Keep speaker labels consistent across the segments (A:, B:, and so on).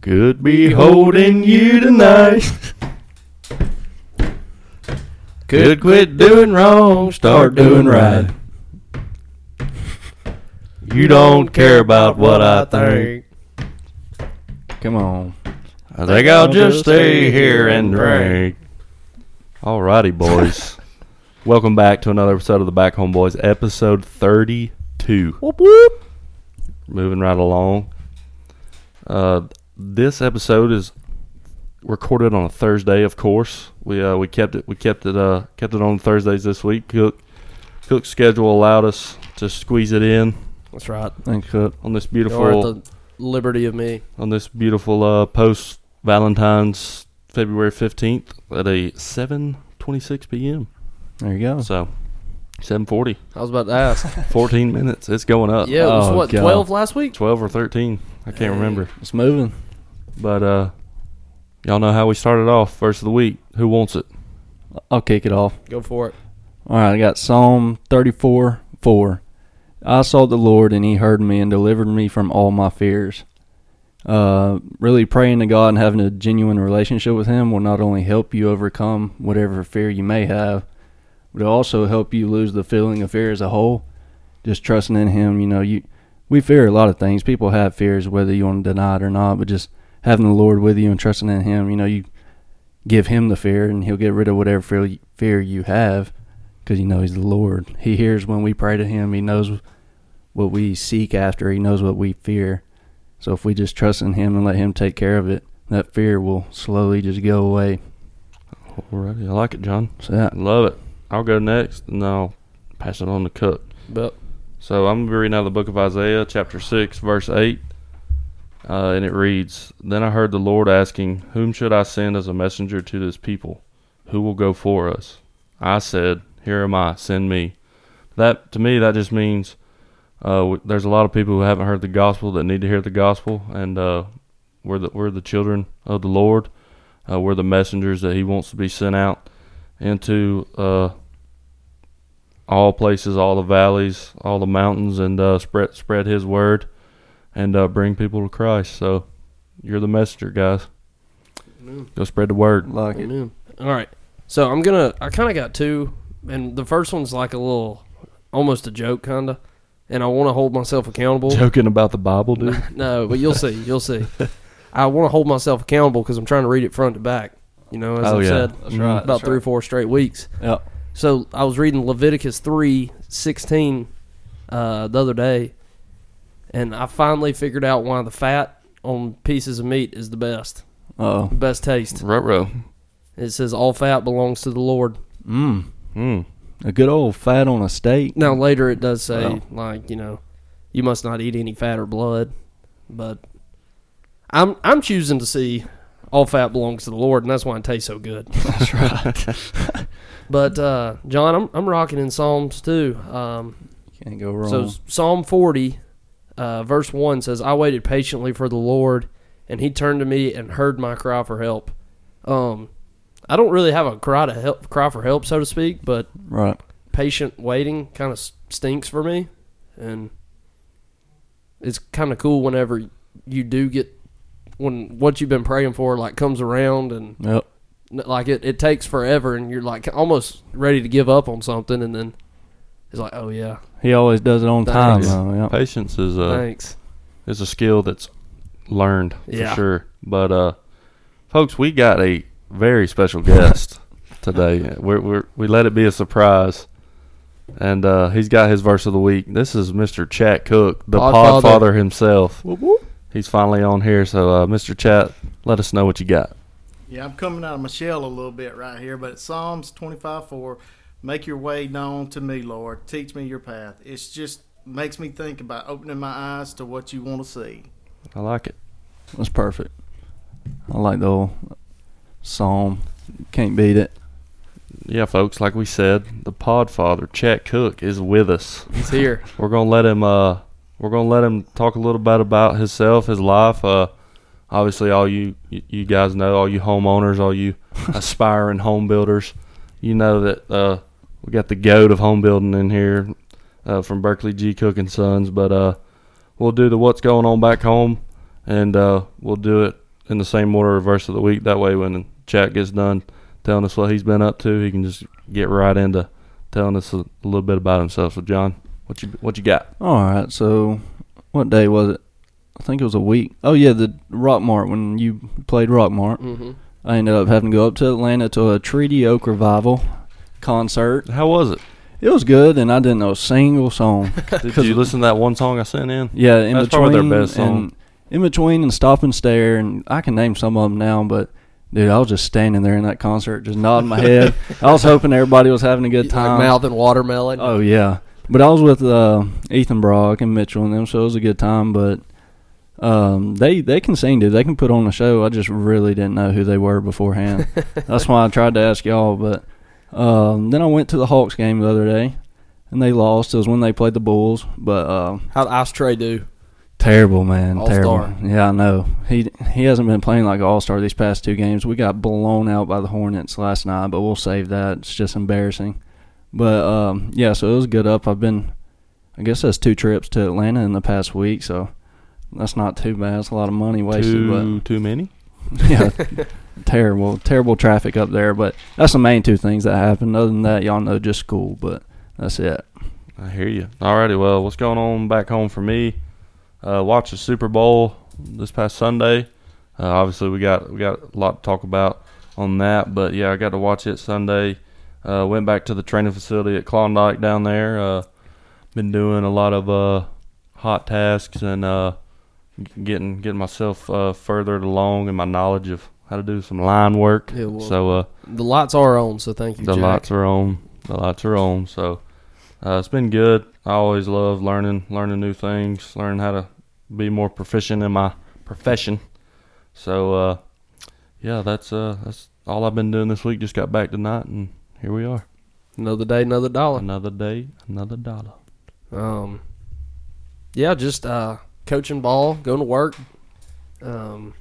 A: Could be holding you tonight. Could quit doing wrong, start doing right. You don't care about what I think.
B: Come on.
A: I think I'll just stay here and drink. Alrighty, boys. Welcome back to another episode of the Back Home Boys, episode 32.
B: Whoop whoop.
A: moving right along. Uh, this episode is recorded on a Thursday, of course. We uh, we kept it we kept it uh, kept it on Thursdays this week. Cook Cook's schedule allowed us to squeeze it in
C: That's right.
B: Thanks, Cook.
A: on this
C: You're at
A: beautiful
C: the liberty of me.
A: on this beautiful uh, post Valentine's February fifteenth at a seven twenty six p.m.
B: There you go.
A: So. 740
C: I was about to
A: Uh,
C: ask.
A: 14 minutes it's going up
C: yeah, it was
B: Oh,
C: what
B: God.
C: twelve last week?
A: 12 or 13 i can't remember
B: It's moving.
A: But uh y'all know how we started off first of the week. Who wants it?
B: I'll kick it off.
C: Go for it.
B: All right, I got Psalm 34 4. I sought the Lord, and he heard me and delivered me from all my fears. Uh, really praying to God and having a genuine relationship with Him will not only help you overcome whatever fear you may have, but it'll also help you lose the feeling of fear as a whole. Just trusting in Him, you know, you we fear a lot of things. People have fears, whether you want to deny it or not. But just having the Lord with you and trusting in Him, you know, you give Him the fear, and He'll get rid of whatever fear fear you have because you know he's the Lord. He hears when we pray to him. He knows what we seek after. He knows what we fear. So if we just trust in him and let him take care of it, that fear will slowly just go away.
A: Alrighty, I like it, John.
B: So yeah,
A: Love it. I'll go next and I'll pass it on to Cook.
C: But
A: So I'm gonna be reading out of the book of Isaiah, chapter six, verse eight. Uh, and it reads Then I heard the Lord asking, Whom should I send as a messenger to this people? Who will go for us? I said, Here am I, send me. That to me, that just means uh, w- there's a lot of people who haven't heard the gospel that need to hear the gospel, and uh, we're the we're the children of the Lord. Uh, we're the messengers that He wants to be sent out into uh, all places, all the valleys, all the mountains, and uh, spread spread His word and uh, bring people to Christ. So you're the messenger, guys. Go spread the word.
B: like it.
C: Amen. All right. So I'm gonna. I kind of got two, and the first one's like a little, almost a joke kinda, and I want to hold myself accountable.
A: Joking about the Bible, dude.
C: no, but you'll see. You'll see. I want to hold myself accountable because I'm trying to read it front to back. You know, as
A: Oh,
C: I've
A: yeah.
C: said
B: That's right,
C: about
B: that's
C: three or
B: right.
C: four straight weeks.
B: Yep.
C: So I was reading Leviticus three sixteen uh, the other day, and I finally figured out why the fat on pieces of meat is the best,
B: Oh.
C: best taste.
A: Right, row.
C: It says all fat belongs to the Lord.
B: Mmm.
A: Mm.
B: A good old fat on a steak.
C: Now later it does say
B: Wow.
C: like you know, you must not eat any fat or blood, but I'm I'm choosing to see all fat belongs to the Lord, and that's why it tastes so good.
B: That's right.
C: But uh, John, I'm I'm rocking in Psalms too. Um,
B: Can't go wrong.
C: So Psalm 40, uh, verse 1 says, I waited patiently for the Lord, and he turned to me and heard my cry for help. Um, I don't really have a cry to help, cry for help, so to speak, but
B: right.
C: patient waiting kind of stinks for me, and it's kind of cool whenever you do get when what you've been praying for like comes around and
B: Yep.
C: like it, it takes forever and you're like almost ready to give up on something and then it's like oh yeah
B: He always does it on time
C: Thanks.
B: though. Yep.
A: Patience is a
C: thanks
A: is a skill that's learned for
C: Yeah.
A: sure. But uh, folks, we got a very special guest today. We're, we're we let it be a surprise, and uh, he's got his verse of the week. This is Mr. Chat Cook, the Podfather,
C: Podfather.
A: himself. He's finally on here, so uh, Mr. Chat, let us know what you got.
D: Yeah, I'm coming out of my shell a little bit right here, but it's Psalms 25 4. Make your way known to me, Lord. Teach me your path. It's just makes me think about opening my eyes to what you want to see.
A: I like it.
B: That's perfect. I like the old psalm. Can't beat it.
A: Yeah, folks, like we said, the Podfather Chat Cook is with us.
C: he's here
A: We're gonna let him. Uh, we're gonna let him talk a little bit about himself, his life. Uh, obviously, all you you you guys know, all you homeowners, all you aspiring home builders, you know that uh, we got the goat of home building in here uh, from Berkeley G Cook and Sons. But uh, we'll do the what's going on back home, and uh, we'll do it in the same order of verse of the week. That way, when Jack gets done telling us what he's been up to, he can just get right into telling us a little bit about himself. So, John, what you what you got?
B: All right. So, what day was it? I think it was a week. Oh yeah, the Rockmart when you played Rockmart.
C: Mm-hmm.
B: I ended up having to go up to Atlanta to a Treaty Oak Revival concert.
A: How was it?
B: It was good, and I didn't know a single song.
A: Did you listen to that one song I sent in?
B: Yeah, in
A: That's
B: between
A: probably their best song.
B: and in between and stop and stare, and I can name some of them now, but. Dude, I was just standing there in that concert, just nodding my head. I was hoping everybody was having a good time.
C: mouth and watermelon.
B: Oh yeah, but I was with uh, Ethan Brock and Mitchell and them, so it was a good time. But um, they they can sing, dude. They can put on a show. I just really didn't know who they were beforehand. That's why I tried to ask y'all. But um, then I went to the Hawks game the other day, and they lost. It was when they played the Bulls, but uh,
C: How'd Ice Tray do?
B: terrible man,
C: All-star.
B: terrible. Yeah, I know. He he hasn't been playing like an all star these past two games. We got blown out by the Hornets last night, but we'll save that. It's just embarrassing. But um, yeah, so it was good up. I've been, I guess that's two trips to Atlanta in the past week, so that's not too bad. It's a lot of money wasted,
A: Too too many.
B: but yeah, terrible, terrible traffic up there. But that's the main two things that happened. Other than that, y'all know just school, but that's it.
A: I hear you. Alrighty, well, what's going on back home for me? Uh, watched the Super Bowl this past Sunday. Uh, obviously, we got we got a lot to talk about on that, but yeah, I got to watch it Sunday. Uh, went back to the training facility at Klondike down there. Uh, been doing a lot of uh, hot tasks and uh, getting getting myself uh, furthered along in my knowledge of how to do some line work.
C: Yeah, well,
A: so uh,
C: The lights are on, so thank you,
A: the
C: Jack.
A: lights are on. The lights are on. So uh, it's been good. I always love learning, learning new things, learning how to be more proficient in my profession. So uh, yeah, that's uh, that's all I've been doing this week. Just got back tonight, and here we are.
C: Another day, another dollar.
A: Another day, another dollar.
C: Um, yeah, just uh, coaching ball, going to work. Um,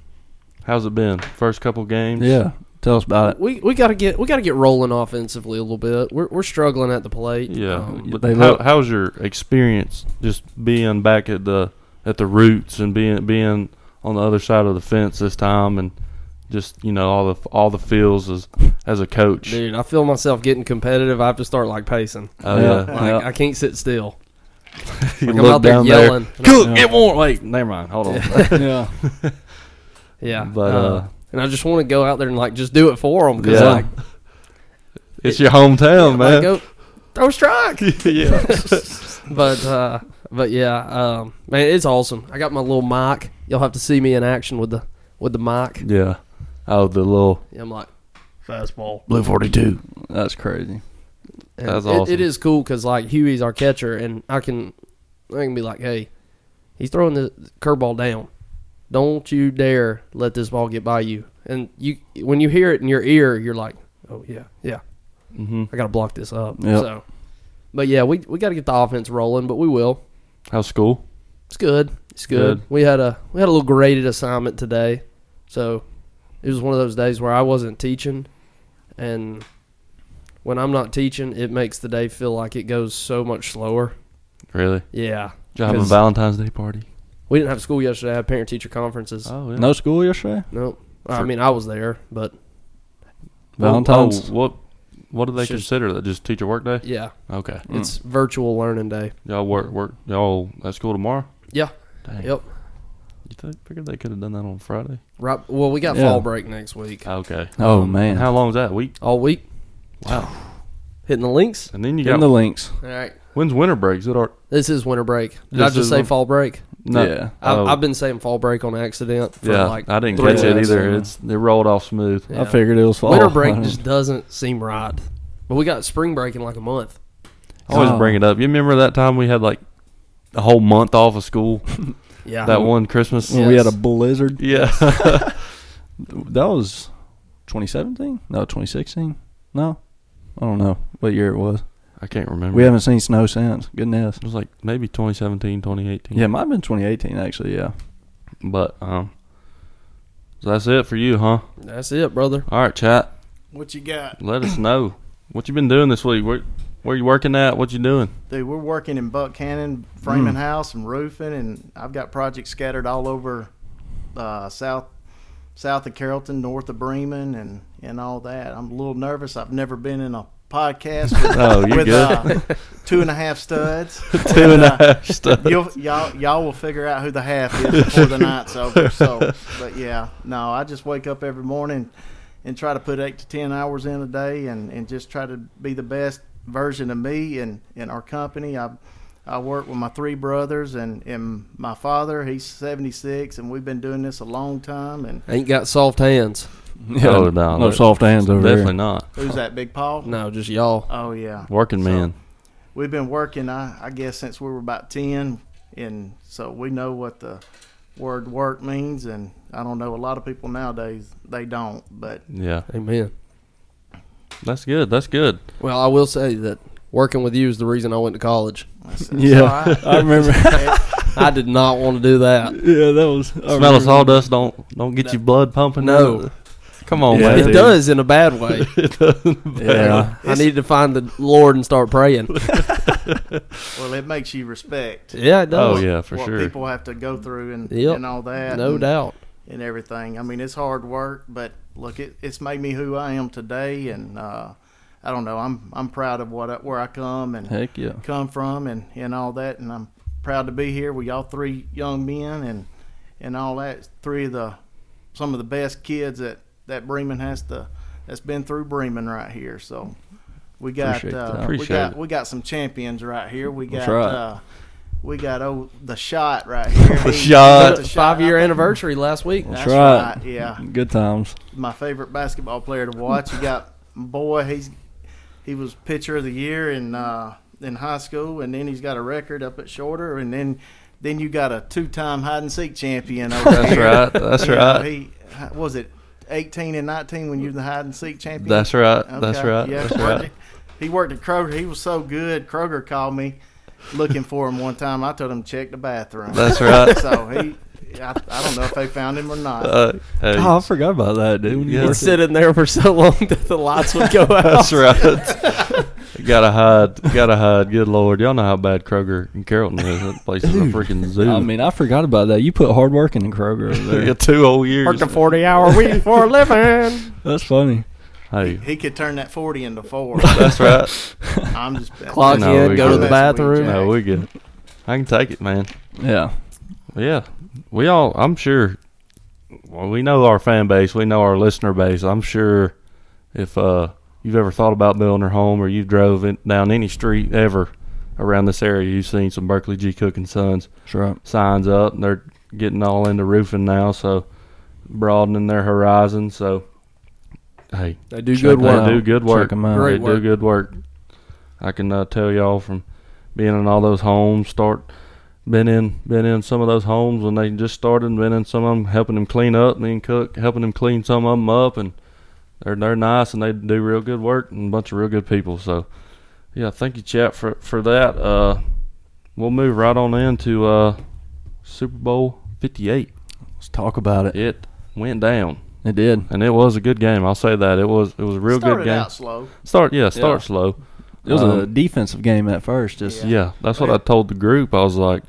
A: How's it been? First couple games.
B: Yeah, tell us about it.
C: we we gotta get we gotta get rolling offensively a little bit. We're we're struggling at the plate.
A: Yeah.
C: Um,
A: but
B: they
A: how,
B: look-
A: how's your experience just being back at the at the roots and being being on the other side of the fence this time and just you know all the all the feels as as a coach.
C: dude, I feel myself getting competitive. I have to start like pacing.
A: Oh
B: Yeah.
A: yeah.
C: Like I can't sit still.
A: You
C: Like,
A: look
C: I'm out there
A: down
C: yelling. And I'm-
A: Cook, get warm. Wait, never mind. Hold on.
B: yeah,
C: Yeah,
A: But, uh,
C: and I just want to go out there and like just do it for them because
A: Yeah.
C: like,
A: it's your hometown,
C: like,
A: man.
C: go throw a strike.
A: yeah.
C: but uh, but yeah, um, man, it's awesome. I got my little mic. You'll have to see me in action with the with the mic.
A: Yeah. Oh, the little
C: Yeah, I'm like fastball.
A: blue forty two.
B: that's crazy.
C: And
A: That's
C: it-
A: awesome.
C: It is cool because like Huey's our catcher, and I can I can be like, hey, he's throwing the curveball down. Don't you dare let this ball get by you. And you when you hear it in your ear, you're like, oh yeah, yeah,
A: Mm-hmm.
C: I got to block this up.
B: Yep.
C: So, but yeah, we we got to get the offense rolling, but we will.
A: How's school?
C: It's good. It's good.
A: Good.
C: We had a we had a little graded assignment today, so it was one of those days where I wasn't teaching, and when I'm not teaching, it makes the day feel like it goes so much slower.
A: Really?
C: Yeah,
A: Did you have a
C: 'Cause-
A: Valentine's Day party?
C: we didn't have school yesterday. I had parent teacher conferences.
A: Oh
B: No school yesterday.
C: Nope. I
A: For-
C: mean, I was there, but
B: Valentine's.
A: Oh, what what do they
C: It's just-
A: consider that? Just teacher work day?
C: yeah,
A: Okay.
B: Mm.
C: it's virtual learning day.
A: Y'all work work y'all at school tomorrow?
C: Yeah.
A: Dang.
C: Yep.
A: You th- figured they could have done that on Friday?
C: Right. Well, we got
B: Yeah.
C: fall break next week.
A: Okay.
B: Oh man,
A: And how long is that? A week?
C: All week
A: Wow.
C: hitting the links.
A: And then you
B: in
A: got
B: the links.
C: All right.
A: when's winter break? Is it our
C: This is winter break. Did I
A: This
C: just
A: is
C: say
A: win-
C: fall break?
A: no,
B: Yeah.
A: Oh.
C: I've, I've been saying fall break on accident for
A: yeah,
C: like
A: I didn't
C: three
A: catch it
C: weeks.
A: either.
B: Yeah.
A: It's it rolled off smooth.
C: Yeah.
B: I figured it was fall.
C: Winter break just doesn't seem right. But we got spring break in like a month.
A: I always
B: Oh.
A: bring it up. You remember that time we had like a whole month off of school?
C: Uh-huh. Yeah.
A: That one Christmas?
B: when we had a
C: Yes.
B: blizzard.
A: Yeah.
B: That was 2017? No, 2016? No. I don't know what year it was.
A: I can't remember.
B: We haven't seen snow since. Goodness.
A: it was like maybe 2017, 2018.
B: Yeah, it might have been 2018, actually. Yeah.
A: But um so that's it for you, huh?
C: That's it, brother.
A: All right, chat.
D: What you got?
A: Let us know what you been doing this week. Where where you working at? What you doing?
D: Dude, we're working in Buckhannon, framing
A: Mm.
D: house, and roofing, and I've got projects scattered all over uh, South south of Carrollton, north of Bremen, and and all that. I'm a little nervous. I've never been in a podcast with,
A: Oh, you're
D: with
A: good.
D: uh, two and a half studs. uh,
A: Two and a half stuff.
D: You'll, y'all, y'all will figure out who the half is before the night's over. So, but yeah, no, I just wake up every morning and try to put eight to ten hours in a day, and, and just try to be the best version of me and, and our company. I I work with my three brothers and, and my father. He's seventy six, and we've been doing this a long time. And
C: Ain't got soft hands.
B: Yeah,
A: Oh, no,
B: no
A: that's-
B: soft hands over
A: Definitely
B: there.
A: not.
D: who's that, Big Paul?
C: No, just y'all.
D: Oh yeah,
A: Working
D: So-
A: man.
D: we've been working I, I guess since we were about 10 and so we know what the word work means and i don't know a lot of people nowadays they don't but
A: Yeah.
C: Amen.
A: That's good. That's good.
C: Well, I will say that working with you is the reason I went to college.
D: that's, that's
B: Yeah,
D: all right.
B: I remember.
C: I did not want to do that.
B: yeah, that was. I
A: Smell
B: remember.
A: of sawdust don't don't get your blood pumping.
C: No.
A: does it? Come on,
B: Yeah,
A: man.
C: it
B: dude.
C: does in a bad way.
B: Yeah,
C: I needed to find the Lord and start praying.
D: well it makes you respect
C: Yeah, it
A: Oh
C: does.
A: yeah, for
D: what
A: sure.
D: people have to go through and,
C: Yep.
D: and all that
C: No
D: and,
C: doubt.
D: and everything i mean it's hard work but look it, it's made me who i am today and uh, i don't know i'm i'm proud of what I, where i come and
B: heck yeah.
D: come from and, and all that. And I'm proud to be here with y'all three young men and and all that. Three of the some of the best kids that that Bremen has to that's been through Bremen right here. So we got
B: Appreciate that.
D: uh, we
A: Appreciate
D: got
A: it.
D: we got some champions right here. We
B: That's
D: got
B: right.
D: uh, we got oh the shot right here.
A: The
D: He-
A: shot.
D: the
C: Five year
D: I think-
C: anniversary last week.
B: That's,
D: That's
B: right.
D: right, yeah.
B: Good times.
D: my favorite basketball player to watch. You got boy, he's he was pitcher of the year in uh, in high school, and then he's got a record up at Shorter, and then then you got a two time hide and seek champion. Over
A: That's
D: here.
A: right. That's
D: You know,
A: right.
D: he how- was it eighteen and nineteen when you were the hide and seek champion.
A: That's right.
D: Okay,
A: That's right.
D: yeah,
A: That's
D: worked
A: right.
D: at- He worked at Kroger. He was so good. Kroger called me looking for him one time. I told him to check the bathroom.
A: That's right.
D: so he, I, I don't know if they found him or not.
A: Uh, hey,
B: Oh, I forgot about that, dude. When you
A: Yeah.
B: worked
C: He'd sit in there for so long that the lights would go out.
A: that's right. gotta hide. Gotta hide. Good lord, y'all know how bad Kroger and Carrollton is. That place is a freaking zoo.
B: I mean, I forgot about that. You put hard work in Kroger over
A: yeah,
B: there.
A: two whole years.
C: Worked a 40 hour week for a living.
B: That's funny.
A: Hey,
D: He could turn that 40 into four.
A: that's right.
D: I'm just
C: Clock
A: No,
C: in,
A: we
C: go to the
A: good.
C: bathroom.
D: Yeah.
A: No, we good. I can take it, man.
B: Yeah.
A: Yeah, we all. I'm sure. Well, we know our fan base. We know our listener base. I'm sure if uh, you've ever thought about building a home, or you drove in, down any street ever around this area, you've seen some Berkeley G Cook and Sons
B: That's right.
A: signs up. and They're getting all into roofing now, so broadening their horizon. So, hey,
C: They do
B: Check
C: good
A: they
B: that
C: work.
B: out.
A: do good work.
B: Check 'em out.
C: Great
A: they
C: work.
A: do good work. I can uh, tell y'all from being in all those homes, start been in been in some of those homes when they just started, and been in some of them, helping them clean up, me and Cook helping them clean some of them up, and they're they're nice and they do real good work and a bunch of real good people. So, yeah, thank you, chat, for for that. Uh, we'll move right on into uh, Super Bowl Fifty Eight.
B: Let's talk about it.
A: It went down,
B: It did.
A: and it was a good game. I'll say that it was it was a real
D: Started
A: good game.
D: out slow.
A: Start yeah, start slow.
B: It was a
A: Um,
B: Uh, defensive game at first. Just
A: Yeah. that's what I told the group. I was like,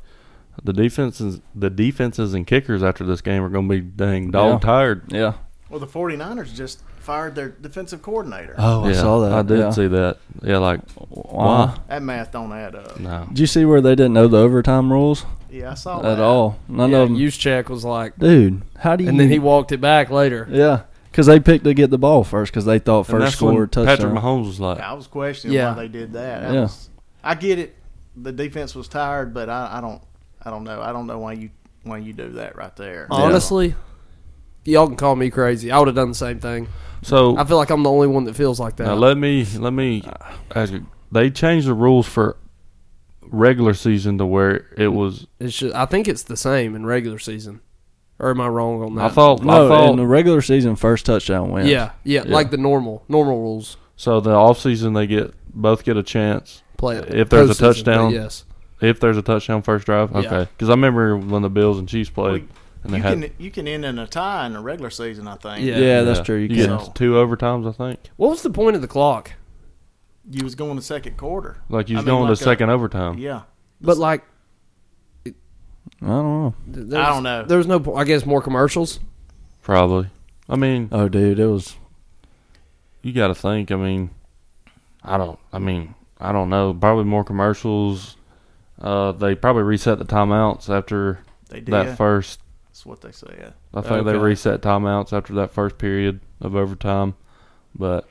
A: the defenses, the defenses and kickers after this game are going to be dang dog
B: Yeah.
A: tired.
B: yeah.
D: Well, the 49ers just fired their defensive coordinator.
B: Oh, I
A: Yeah,
B: saw that.
A: I did
B: yeah.
A: see that. Yeah, like
B: Wow.
D: That math don't add up.
A: no,
B: Did you see where they didn't know the overtime rules
D: Yeah, I saw
B: at
D: that.
B: all? None
C: Yeah,
B: of them.
C: use check was like,
B: dude, how do you?
C: and then he walked it back later.
B: yeah, because they picked to get the ball first because they thought
A: And
B: first
A: that's
B: score
A: when
B: touchdown.
A: Patrick Mahomes was like,
D: I was questioning
C: Yeah.
D: why they did that. That
B: Yeah.
D: was- I get it. The defense was tired, but I, I don't. I don't know. I don't know why you why you do that right there.
C: Honestly, y'all can call me crazy. I would have done the same thing.
A: so
C: I feel like I'm the only one that feels like that.
A: now let me let me ask you. They changed the rules for regular season to where it was.
C: It's just, I think it's the same in regular season. Or am I wrong on that?
A: I thought.
B: no,
A: I
B: in
A: thought.
B: the regular season, first touchdown wins.
C: yeah, yeah,
B: Yeah.
C: like the normal normal rules.
A: so the off season they get both get a chance.
C: Play it.
A: If there's a
C: postseason, but
A: touchdown,
C: yes,
A: If there's a touchdown first drive,
C: Yeah.
A: okay. Because I remember when the Bills and Chiefs played, and they
D: you
A: had
D: can you can end in a tie in the regular season. I think.
C: Yeah.
B: yeah, that's true. You,
A: You
B: can.
A: get two overtimes, I think.
C: what was the point of the clock?
D: You was going to second quarter.
A: Like you
D: I
A: was
D: mean,
A: going
D: like
A: to
D: a-
A: second overtime.
D: Yeah.
C: But like,
B: I don't know.
C: th-
D: I
C: there's-
D: don't know.
C: There's no. po- I guess more commercials.
A: Probably. I mean,
B: Oh, dude, it was
A: you got to think. I mean, I don't. I mean, I don't know. Probably more commercials. Uh, they probably reset the timeouts after
D: They did.
A: that first.
D: That's what they say. Yeah.
A: I think they
C: Okay.
A: reset timeouts after that first period of overtime. But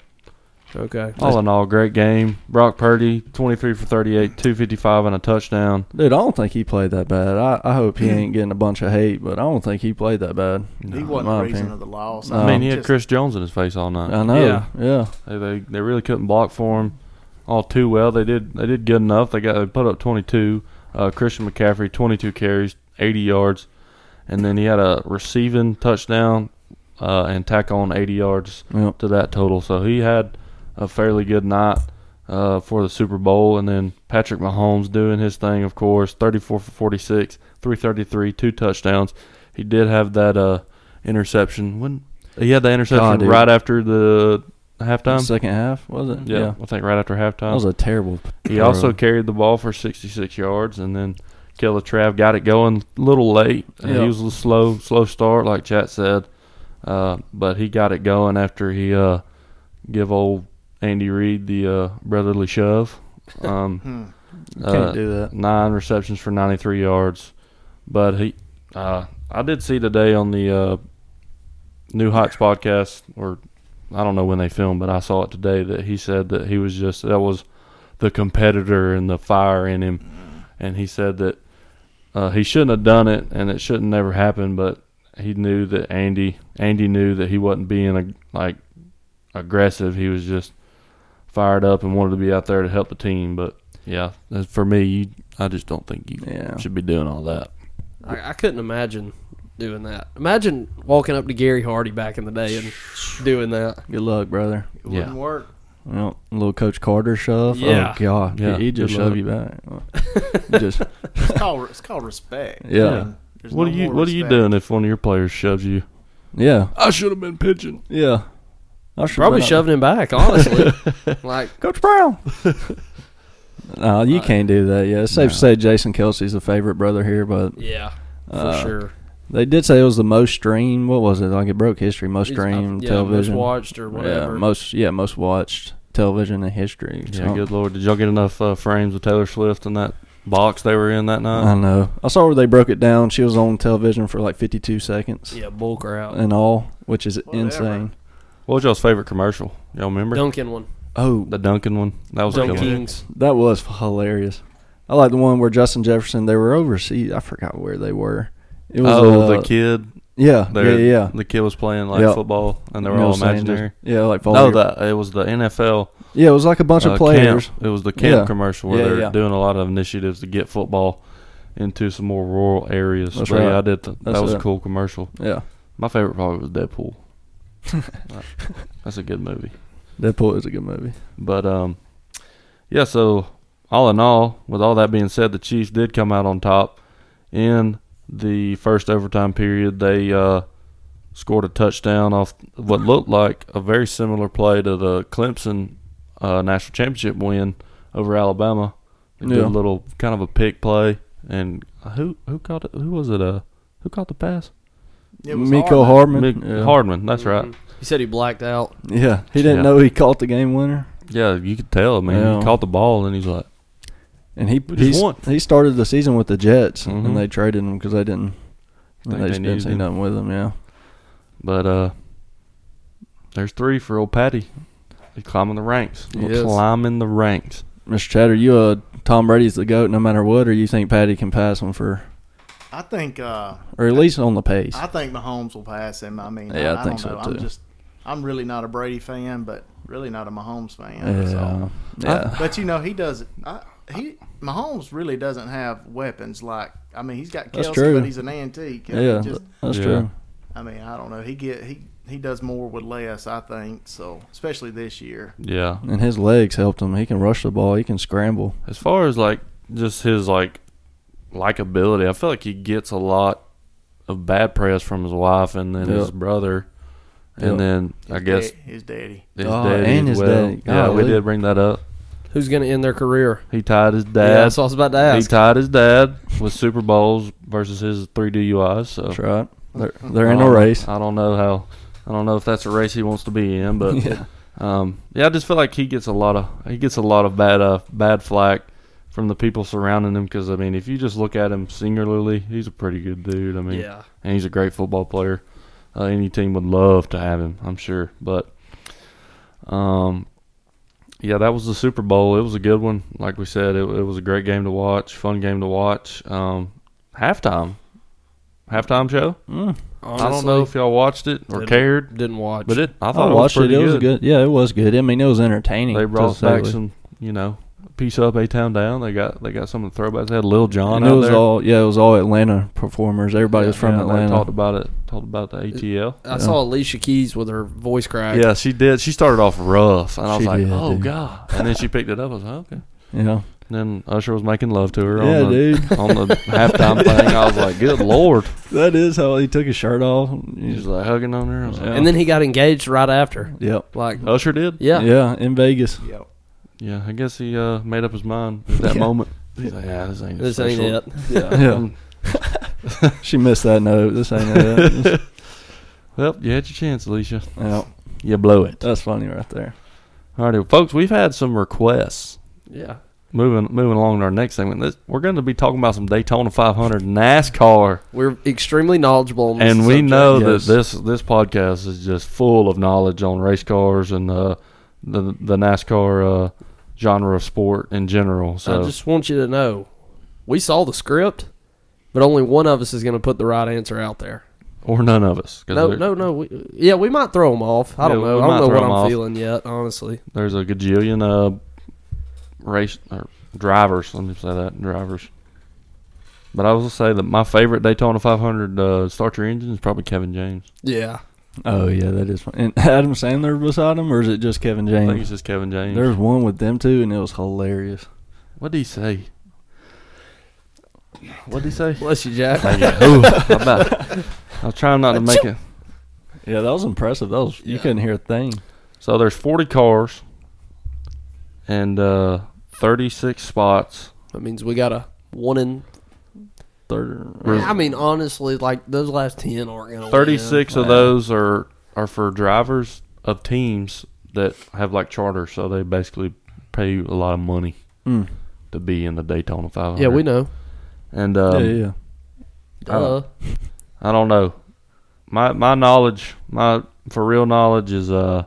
C: Okay.
A: all in all, great game. Brock Purdy, twenty-three for thirty-eight, two fifty-five and a touchdown.
B: dude. I don't think he played that bad. I, I hope he ain't getting a bunch of hate, but I don't think he played that bad.
D: he
A: No,
D: wasn't
B: my
D: the reason
B: opinion.
D: of the loss.
A: I
B: No.
A: mean, he had
D: just-
A: Chris Jones in his face all night.
B: I know.
C: Yeah.
B: yeah.
A: They, they they really couldn't block for him all too well. They did they did good enough. They got they put up 22. Uh, Christian McCaffrey 22 carries, 80 yards, and then he had a receiving touchdown uh, and tack on 80 yards
B: Yep.
A: to that total. So he had a fairly good night uh, for the Super Bowl. And then Patrick Mahomes doing his thing, of course, 34 for 46, 333, two touchdowns. He did have that uh, interception. When he had the interception
B: God, dude.
A: right after the halftime.
B: Second half was it?
A: Um, Yeah, I think right after
B: That
A: halftime.
B: was a terrible. uh,
A: he also carried the ball for 66 yards, and then Killer Trav got it going a little late. Uh,
B: Yeah.
A: He was a slow, slow start, like Chat said, uh, but he got it going after he uh, give old Andy Reid the uh, brotherly shove. Um,
D: Hmm.
A: uh,
B: can't do that.
A: nine receptions for 93 yards. But he, uh, I did see today on the uh, New Heights podcast, or I don't know when they filmed, but I saw it today that he said that he was just that was the competitor and the fire in him, and he said that uh, he shouldn't have done it and it shouldn't never happen, but he knew that Andy Andy knew that he wasn't being a, like aggressive. He was just fired up and wanted to be out there to help the team. But yeah, as for me, you, I just don't think you
B: Yeah.
A: should be doing all that.
C: I, I couldn't imagine doing that. Imagine walking up to Gary Hardy back in the day and doing that.
B: Good luck, brother.
D: It
A: Yeah.
D: wouldn't work.
B: Well, little Coach Carter shove.
C: Yeah.
B: Oh God,
A: Yeah.
B: he, he just
A: Good luck.
B: shove you back. just
D: It's called it's called respect.
B: Yeah.
D: There's
A: what
D: no
A: are you
D: more
A: What are you
D: respect.
A: doing if one of your players shoves you?
B: yeah,
A: I should have been pitching.
B: yeah. I should
C: Probably
B: let-
C: shoving him back, honestly. like,
B: Coach Brown. no, you
C: Uh,
B: can't do that. Yeah, it's safe to
A: no.
B: say Jason Kelsey's the favorite brother here, but
C: yeah, for
B: Uh,
C: sure.
B: they did say it was the most streamed. What was it? Like it broke history, most
C: He's- uh,
B: streamed
C: yeah,
B: television.
C: Most watched or whatever.
B: Yeah, most yeah, most watched television in history.
A: Yeah,
B: So-
A: good lord, did y'all get enough uh, frames of Taylor Swift in that box they were in that
B: I
A: night?
B: know. I saw where they broke it down. She was on television for like 52 seconds
C: yeah, bull crowd.
B: and all, which is
D: Whatever.
B: insane.
A: What was y'all's favorite commercial? Y'all remember
C: Duncan one.
B: Oh,
A: the Duncan one? That was a good one.
D: Duncan.
C: Dunkings.
B: that was hilarious. I like the one where Justin Jefferson. They were overseas. I forgot where they were. It was
A: Oh,
B: uh,
A: the kid,
B: Yeah, yeah,
A: there-
B: yeah.
A: the kid was playing like
B: Yep.
A: football, and they were
B: You know
A: all
B: what I'm saying? Just-
A: imaginary.
B: Yeah, like
A: No,
B: volleyball.
A: the it was the NFL
B: yeah, it was like a bunch
A: uh, camp.
B: of players.
A: It was the camp
B: Yeah.
A: commercial where
B: Yeah,
A: they're
B: yeah.
A: doing a lot of initiatives to get football into some more rural areas.
B: That's
A: But yeah,
B: right.
A: I did. Th- that
B: That's
A: was a
B: it.
A: cool commercial.
B: Yeah,
A: My favorite probably was Deadpool. That- That's a good movie.
B: Deadpool is a good movie.
A: But um, yeah. So all in all, with all that being said, the Chiefs did come out on top in the first overtime period. They uh, scored a touchdown off what looked like a very similar play to the Clemson uh, national championship win over Alabama. They did
B: Yeah.
A: a little kind of a pick play, and who who caught it? Who was it? Uh, who caught the pass?
D: It was
B: Miko
D: hard.
B: Hardman.
A: Mick
B: yeah. Mm-hmm.
A: Hardman. That's right.
C: Mhm. He said he blacked out.
B: Yeah, he didn't
A: Yeah.
B: know he caught the game winner,
A: Yeah, you could tell. I mean,
B: Yeah.
A: he caught the ball, and he's like,
B: and he
A: We just
B: he's,
A: won.
B: he started the season with the Jets,
A: Mhm.
B: and they traded him because they didn't.
A: Think
B: they
A: they
B: just didn't
A: needed
B: see
A: him.
B: nothing with him. Yeah,
A: But uh, there's three for old Patty. He's climbing the ranks.
B: He is.
A: Climbing the ranks.
B: Mr. Chatter, you uh, Tom Brady's the goat no matter what, or you think Patty can pass him for,
D: I think uh,
B: or at least on the pace?
D: I think Mahomes will pass him. I mean,
B: Yeah, I
D: I,
B: think so,
D: don't know. I'm
B: too.
D: just I'm really not a Brady fan, but really not a Mahomes fan. So.
B: yeah, yeah.
D: But you know, he doesn't. I, he Mahomes really doesn't have weapons like. I mean, he's got
B: That's
D: Kelsey,
B: true.
D: but he's an antique. I mean,
B: yeah,
D: just-
B: that's
A: Yeah.
B: true.
D: I mean, I don't know. He get he he does more with less. I think so, especially this year.
A: Yeah.
B: And his legs helped him. He can rush the ball. He can scramble.
A: As far as like just his like likability, I feel like he gets a lot of bad press from his wife and then his
B: Yep.
A: brother, and
B: Yep.
A: then I
D: His
A: guess
D: da- his daddy.
A: his
B: Oh,
A: daddy
B: and
A: as
B: his
A: well.
B: daddy.
A: Yeah, we
B: Golly.
A: did bring that up.
C: Who's going to end their career?
A: He tied his
C: Yeah,
A: dad.
C: that's what I was about to
A: he
C: ask.
A: tied his dad with Super Bowls versus his three DUIs. So Oh.
D: Uh,
B: That's right. They're, they're in a
A: Um,
B: race.
A: I don't know how. I don't know if that's a race he wants to be in, but um, yeah, I just feel like he gets a lot of he gets a lot of bad uh, bad flack from the people surrounding him because I mean, if you just look at him singularly, he's a pretty good dude. I mean,
C: yeah.
A: and he's a great football player. Uh, any team would love to have him, I'm sure. But, um, yeah, that was the Super Bowl. It was a good one. Like we said, it, it was a great game to watch, fun game to watch. Um, halftime, halftime show.
B: Mm.
A: I don't know if
C: Honestly,
A: y'all watched it or
C: Didn't.
A: cared,
C: didn't watch.
A: but it I
B: I,
A: thought it was
B: watched it.
A: pretty
B: It was
A: good.
B: good. Yeah, it was good. I mean, it was entertaining.
A: They
B: to
A: brought
B: say
A: back
B: the
A: some, you know, piece up, a town down. They got they got some of the throwbacks. They had Lil John
B: And it
A: out
B: was
A: there.
B: all yeah, it was all Atlanta performers. Everybody was from
A: Yeah, they
B: Atlanta.
A: Talked about it. Talked about the ATL.
C: I saw Alicia Keys with her voice crack.
A: Yeah, she did. She started off rough, and I was
B: She
A: like,
B: did,
A: "Oh
B: dude.
A: god!" And then she picked it up. I was like, "Okay."
B: yeah,
A: And then Usher was making love to her
B: yeah,
A: on, the,
B: dude.
A: on the halftime thing. I was like, "Good lord!"
B: That is how he took his shirt off. He
A: He was
B: just-
A: like hugging on her. I was like,
C: And then he got engaged right after.
B: Yep.
C: Like,
A: Usher did.
C: yeah.
B: Yeah, in Vegas.
D: Yep.
A: Yeah, I guess he uh, made up his mind at that
B: Yeah.
A: moment. He's like, "Yeah, this ain't
C: This ain't it.
B: Yeah. she missed that note. This ain't it.
A: Well, you had your chance, Alicia.
B: yeah,
A: You blew it.
B: that's funny right there.
A: Alrighty, well, folks, we've had some requests.
C: Yeah.
A: Moving moving along to our next segment, this, we're going to be talking about some Daytona 500 NASCAR.
C: We're extremely knowledgeable on this
A: and we
C: subject.
A: know
B: Yes.
A: that this this podcast is just full of knowledge on race cars and uh, the the NASCAR uh, genre of sport in general. So
C: I just want you to know we saw the script, but only one of us is going to put the right answer out there.
A: or none of us. 'cause
C: No,
A: there-
C: no, no. We, yeah, we might throw them off. I
A: Yeah,
C: don't know.
A: we
C: I
A: might
C: don't know
A: throw
C: what
A: 'em
C: I'm
A: off.
C: feeling yet, honestly.
A: There's a gajillion uh, race or drivers. Let me say that drivers. But I will say that my favorite Daytona 500 uh, start your engine is probably Kevin James.
C: Yeah.
B: Oh yeah, that is funny. And Adam Sandler beside him, or is it just Kevin
A: I think it's
B: James?
A: just Kevin James.
B: There's one with them two, and it was hilarious.
A: What did he say? What did he say?
C: Bless you, Jack.
A: Thank you. Ooh, how about it? I was trying not to make it.
B: Yeah, that was impressive. That was you
C: Yeah.
B: couldn't hear a thing.
A: So there's 40 cars and uh, 36 spots.
C: that means we got a one in.
B: Third,
A: Really?
C: I mean, honestly, like those last 10 aren't going to
A: 36 of
B: Wow.
A: those are are for drivers of teams that have like charter, so they basically pay you a lot of money Um,
B: Mm.
A: to be in the Daytona 500.
C: Yeah, we know.
A: And um,
B: yeah, yeah.
C: Duh.
A: I don't know. My my knowledge, my for real knowledge is uh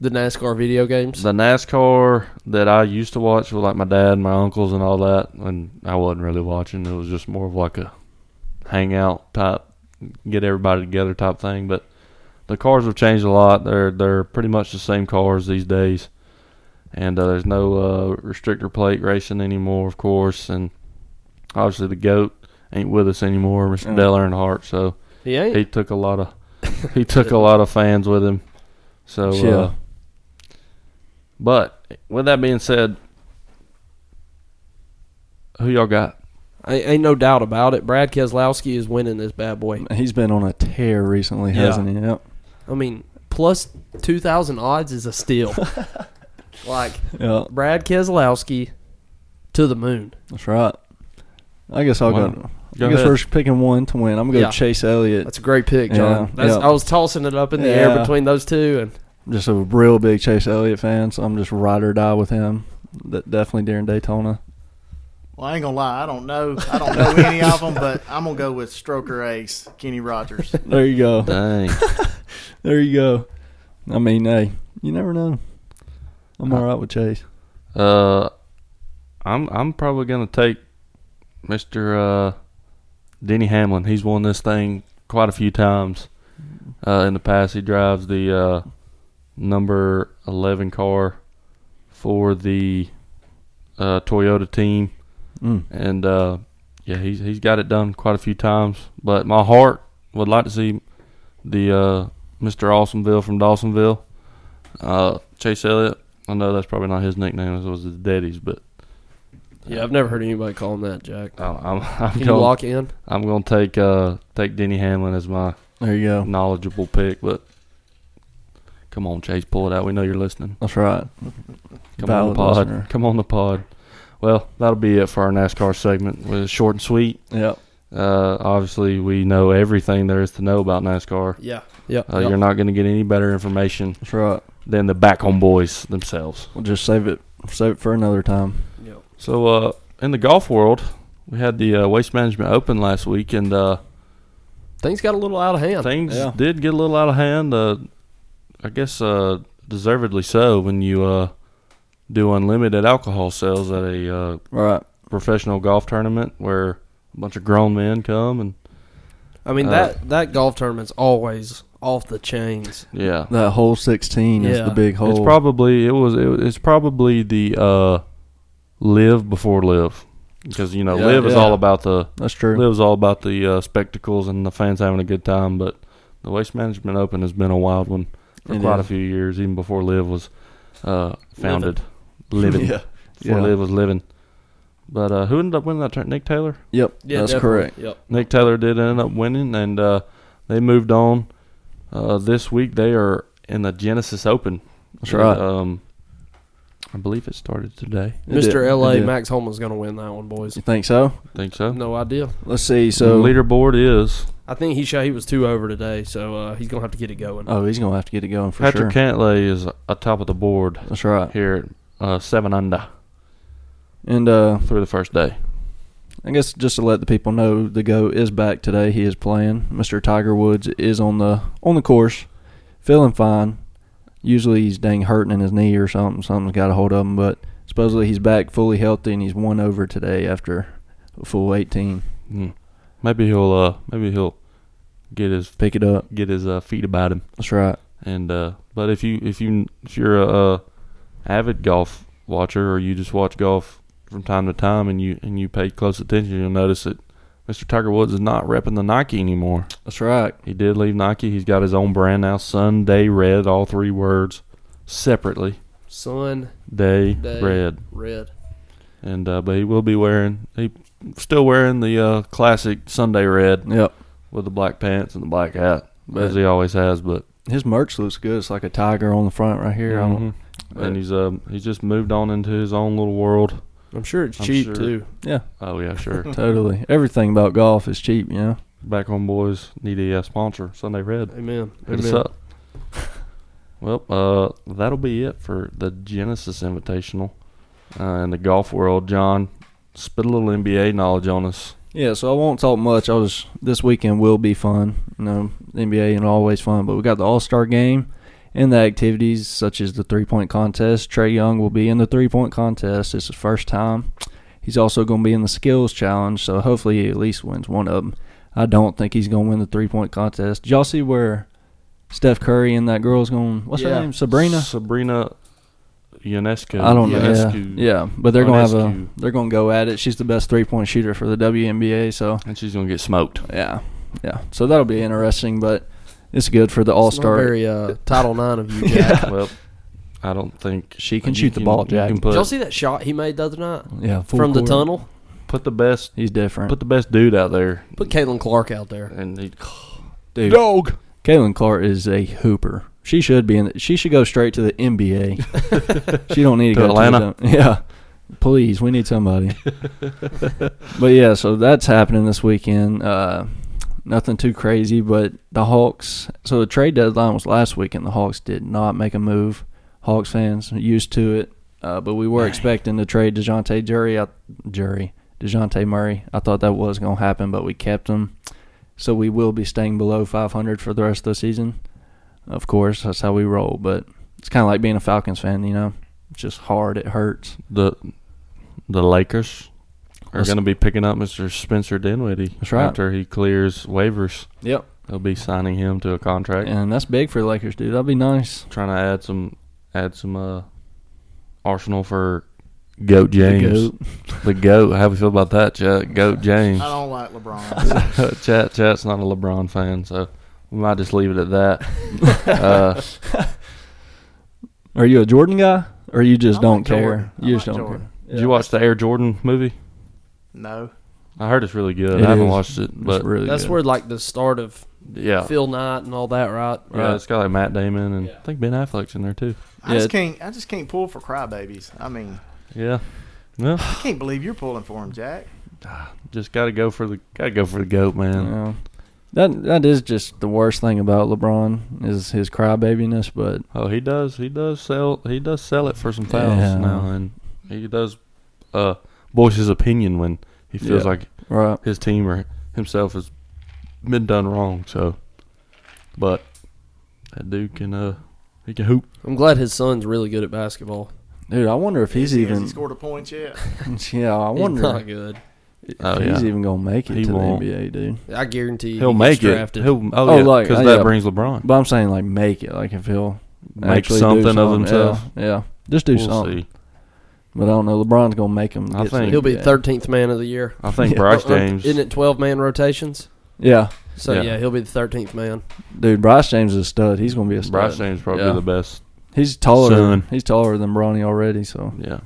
C: The NASCAR video games.
A: the NASCAR that I used to watch with like my dad and my uncles and all that, and I wasn't really watching. It was just more of like a hangout type, get everybody together type thing. But the cars have changed a lot. They're they're pretty much the same cars these days, and uh, there's no uh, restrictor plate racing anymore, of course. And obviously the goat ain't with us anymore, Mr.
B: Mm.
A: Dale Earnhardt. So
C: He ain't.
A: he took a lot of he took a lot of fans with him. So uh,
B: Yeah.
A: but with that being said, who y'all got?
C: Ain't, ain't no doubt about it. Brad Keselowski is winning this bad boy.
B: He's been on a tear recently,
A: Yeah.
B: hasn't he? Yep.
C: I mean, plus 2,000 odds is a steal. like,
B: Yeah,
C: Brad Keselowski to the moon.
B: that's right. I guess I'll
A: Wow.
B: go.
A: Go
B: I guess
A: ahead.
B: we're picking one to win. I'm gonna go
C: Yeah.
B: Chase Elliott.
C: That's a great pick, John.
B: Yeah,
C: That's,
B: yeah.
C: I was tossing it up in the air
B: Yeah.
C: between those two, and
B: I'm just a real big Chase Elliott fan, so I'm just ride or die with him. That definitely during Daytona.
D: Well, I ain't gonna lie. I don't know. I don't know any of them, but I'm gonna go with Stroker Ace, Kenny Rogers.
B: There you go.
A: Dang,
B: There you go. I mean, hey, you never know. I'm all right with Chase.
A: uh, I'm I'm probably gonna take Mister uh, Denny Hamlin. He's won this thing quite a few times uh, in the past. He drives the uh, number eleven car for the uh, Toyota team.
B: Mm.
A: and uh, yeah, he's he's got it done quite a few times. But my heart would like to see the uh, Mr. Awesomeville from Dawsonville, uh, Chase Elliott. I know that's probably not his nickname; it was his daddy's. But
C: yeah, I've never heard anybody call him that, Jack.
A: I-
B: Oh,
A: I'm I'm
C: Can you
A: going
C: lock in?
A: I'm going to take uh, take Denny Hamlin as my
B: There you go.
A: knowledgeable pick. But come on, Chase, pull it out. We know you're listening.
B: That's right.
A: Come on the
B: Valid
A: pod.
B: listener.
A: Come on the pod. Well, that'll be it for our NASCAR segment. It was short and sweet.
B: Yep.
A: Uh, obviously, we know everything there is to know about NASCAR.
C: Yeah. Yep.
B: Oh,
A: Uh,
C: yep.
A: You're not going to get any better information
B: That's right.
A: than the back home boys themselves.
B: We'll just save it, save it for another time.
C: Yep.
A: So, uh, in the golf world, we had the uh, Waste Management Open last week, and uh,
C: Things got a little out of hand.
A: things
B: Yeah.
A: did get a little out of hand. Uh, I guess uh, deservedly so when you uh, do unlimited alcohol sales at a uh,
B: Right.
A: professional golf tournament where a bunch of grown men come and
C: I mean
A: Uh,
C: that that golf tournament's always off the chains.
A: yeah.
B: That hole 16 is
C: Yeah.
B: the big hole.
A: It's probably it was it, it's probably the uh, live before live because you know
B: Yeah,
A: live is
B: yeah.
A: all about the
B: That's true.
A: live is all about the uh, spectacles and the fans having a good time, but the Waste Management Open has been a wild one for
B: It
A: quite a
B: is.
A: few years, even before live was uh, founded. Living,
B: Yeah.
A: before
B: Yeah.
A: live was living. But uh, who ended up winning that turn? Nick Taylor.
B: Yep. that's
C: definitely.
B: correct.
C: Yep.
A: Nick Taylor did end up winning, and uh, they moved on. Uh, this week they are in the Genesis Open.
B: That's right.
A: Um, I believe it started today.
B: It did.
C: Mr.
B: It
C: LA
B: did.
C: Max Holman's gonna win that one, boys.
B: You think so?
A: Think so.
C: No idea.
B: Let's see.
A: So
B: So,
A: leaderboard is
C: I think he shot he was two over today, so uh, he's gonna have to get it going.
B: oh, he's gonna have to get it going for
A: Patrick
B: sure.
A: Cantlay is atop of the board
B: That's right.
A: here at uh, seven under
B: And uh,
A: through the first day.
B: I guess just to let the people know, the go is back today. He is playing. Mister Tiger Woods is on the on the course, feeling fine. Usually he's dang hurting in his knee or something. Something's got a hold of him, but supposedly he's back fully healthy and he's one over today after a full eighteen.
A: Hmm. Maybe he'll uh, maybe he'll get his
B: Pick it up.
A: get his uh, feet about him.
B: That's right.
A: And uh, but if you if you if you're a, uh avid golf watcher or you just watch golf from time to time and you and you pay close attention, you'll notice that Mr. Tiger Woods is not repping the Nike anymore.
B: That's right.
A: He did leave Nike. He's got his own brand now, Sunday Red, all three words separately.
C: Sun,
A: Day,
C: Day.
A: Red,
C: red.
A: and uh, but he will be wearing he still wearing the uh, classic Sunday Red
B: Yep.
A: with the black pants and the black hat as
B: But
A: he always has. But
B: his merch looks good. It's like a tiger on the front right here. I don't,
A: and he's um he's just moved on into his own little world.
C: I'm sure it's
A: I'm
C: cheap
A: sure.
C: too.
B: yeah,
A: Oh yeah, sure.
B: totally. Everything about golf is cheap. You know.
A: Back home boys need a uh, sponsor. Sunday Red.
C: Amen.
A: Hit us
C: Amen.
A: up. well, uh, that'll be it for the Genesis Invitational uh, in the golf world. John, spit a little NBA knowledge on us.
B: Yeah, so I won't talk much. I'll just this weekend will be fun. You know, NBA and always fun, but we got the All Star game and the activities such as the three point contest. Trey Young will be in the three point contest. It's his first time. He's also going to be in the skills challenge, so hopefully he at least wins one of them. I don't think he's going to win the three point contest. Did y'all see where Steph Curry and that girl's going? What's her
C: Yeah.
B: name? Sabrina.
A: Sabrina Ionescu.
B: I don't know. Yeah,
A: Ionescu.
B: yeah, but they're going to have
A: Onescu.
B: a they're going to go at it. She's the best three point shooter for the WNBA, so.
A: And she's gonna get smoked.
B: Yeah, yeah. So that'll be interesting, but it's good for the All
C: It's not
B: Star.
C: very uh, Title Nine of you. Jack.
B: Yeah.
A: Well, I don't think
B: She can
A: you
B: shoot the ball,
A: you
B: Jack.
A: can
C: Did y'all
A: put,
C: see that shot he made the other night
B: Yeah, full
C: from
B: court.
C: the tunnel?
A: put the best
B: He's different.
A: put the best dude out there,
C: Put Caitlin Clark out there.
A: and he,
B: Dude,
A: dog.
B: Kaylin Clark is a hooper. She should be in. The, she should go straight to the NBA. she don't need to,
A: To
B: go
A: Atlanta?
B: To the, yeah, please, we need somebody. but yeah, so that's happening this weekend. Uh, nothing too crazy, but the Hawks. So the trade deadline was last week, and the Hawks did not make a move. Hawks fans are used to it, uh, but we were expecting to trade Dejounte Jury out. Jury Dejounte Murray. I thought that was going to happen, but we kept him. So we will be staying below 500 for the rest of the season. Of course, that's how we roll. But it's kind of like being a Falcons fan, you know. It's just hard. It hurts.
A: the the Lakers are
B: Let's-
A: going to be picking up Mr. Spencer Dinwiddie
B: That's right.
A: after he clears waivers.
B: Yep.
A: They'll be signing him to a contract,
B: And that's big for the Lakers, dude. That'd be nice.
A: trying to add some add some uh, arsenal for Goat James,
B: The
A: the
B: goat.
A: goat. How we feel about that, Chat? Goat James.
D: I don't like LeBron.
A: Chat Chat's not a LeBron fan, so we might just leave it at that. uh,
B: Are you a Jordan guy, or you just
D: I
B: don't
D: like
B: care?
D: Jordan. I
B: You just
D: like
B: don't
D: Jordan.
B: care.
A: Did you watch the Air Jordan movie?
D: no.
A: I heard it's really good.
B: It
A: I haven't
B: is.
A: watched it,
B: It's
A: but
B: really
C: That's
B: good.
C: where like the start of
A: yeah,
C: Phil Knight and all that, right?
A: yeah, it's got like Matt Damon and
C: Yeah.
A: I think Ben Affleck's in there too.
D: I
B: Yeah.
D: just can't. I just can't pull for crybabies. I mean,
A: Yeah, well,
D: I can't believe you're pulling for him, Jack.
A: Just gotta go for the gotta go for the goat, man.
B: Yeah. That that is just the worst thing about LeBron is his crybabiness, but
A: Oh, he does. He does sell. He does sell it for some fouls
B: Yeah.
A: now, and he does uh, voice his opinion when he feels
B: Yeah.
A: like
B: right.
A: his team or himself has been done wrong. So, but that dude can uh, he can hoop.
C: I'm glad his son's really good at basketball.
B: Dude, I wonder if he's
D: Has he- has
B: even
D: he scored a point yet.
B: Yeah, I
C: He's
B: wonder
C: not good.
B: if
A: Oh,
B: he's
A: yeah.
B: even gonna make it
A: He
B: to
A: won't.
B: the NBA, dude.
C: I guarantee you
A: He'll
C: he
A: make
C: gets drafted.
A: it. He'll oh,
B: Oh,
A: yeah,
B: like,
A: 'cause
B: uh,
A: that
B: yeah.
A: brings LeBron.
B: But I'm saying like make it, like if he'll
A: Make
B: actually do
A: something of
B: something,
A: himself.
B: yeah, Yeah, just do
A: We'll
B: something.
A: see.
B: But I don't know. LeBron's gonna make him.
A: I
B: get to the
A: think-
C: He'll be
B: NBA.
C: 13th man of the year.
A: I think
B: Yeah.
A: Bryce
C: Uh, aren't-
A: James.
C: Isn't it 12 man rotations?
B: Yeah,
C: So
A: Yeah.
C: yeah. he'll be the 13th man.
B: dude. Bryce James is a stud. He's gonna be a stud.
A: Bryce James probably
B: Yeah.
A: the best.
B: He's taller.
A: Son.
B: He's taller than Bronny already. So,
A: Yeah,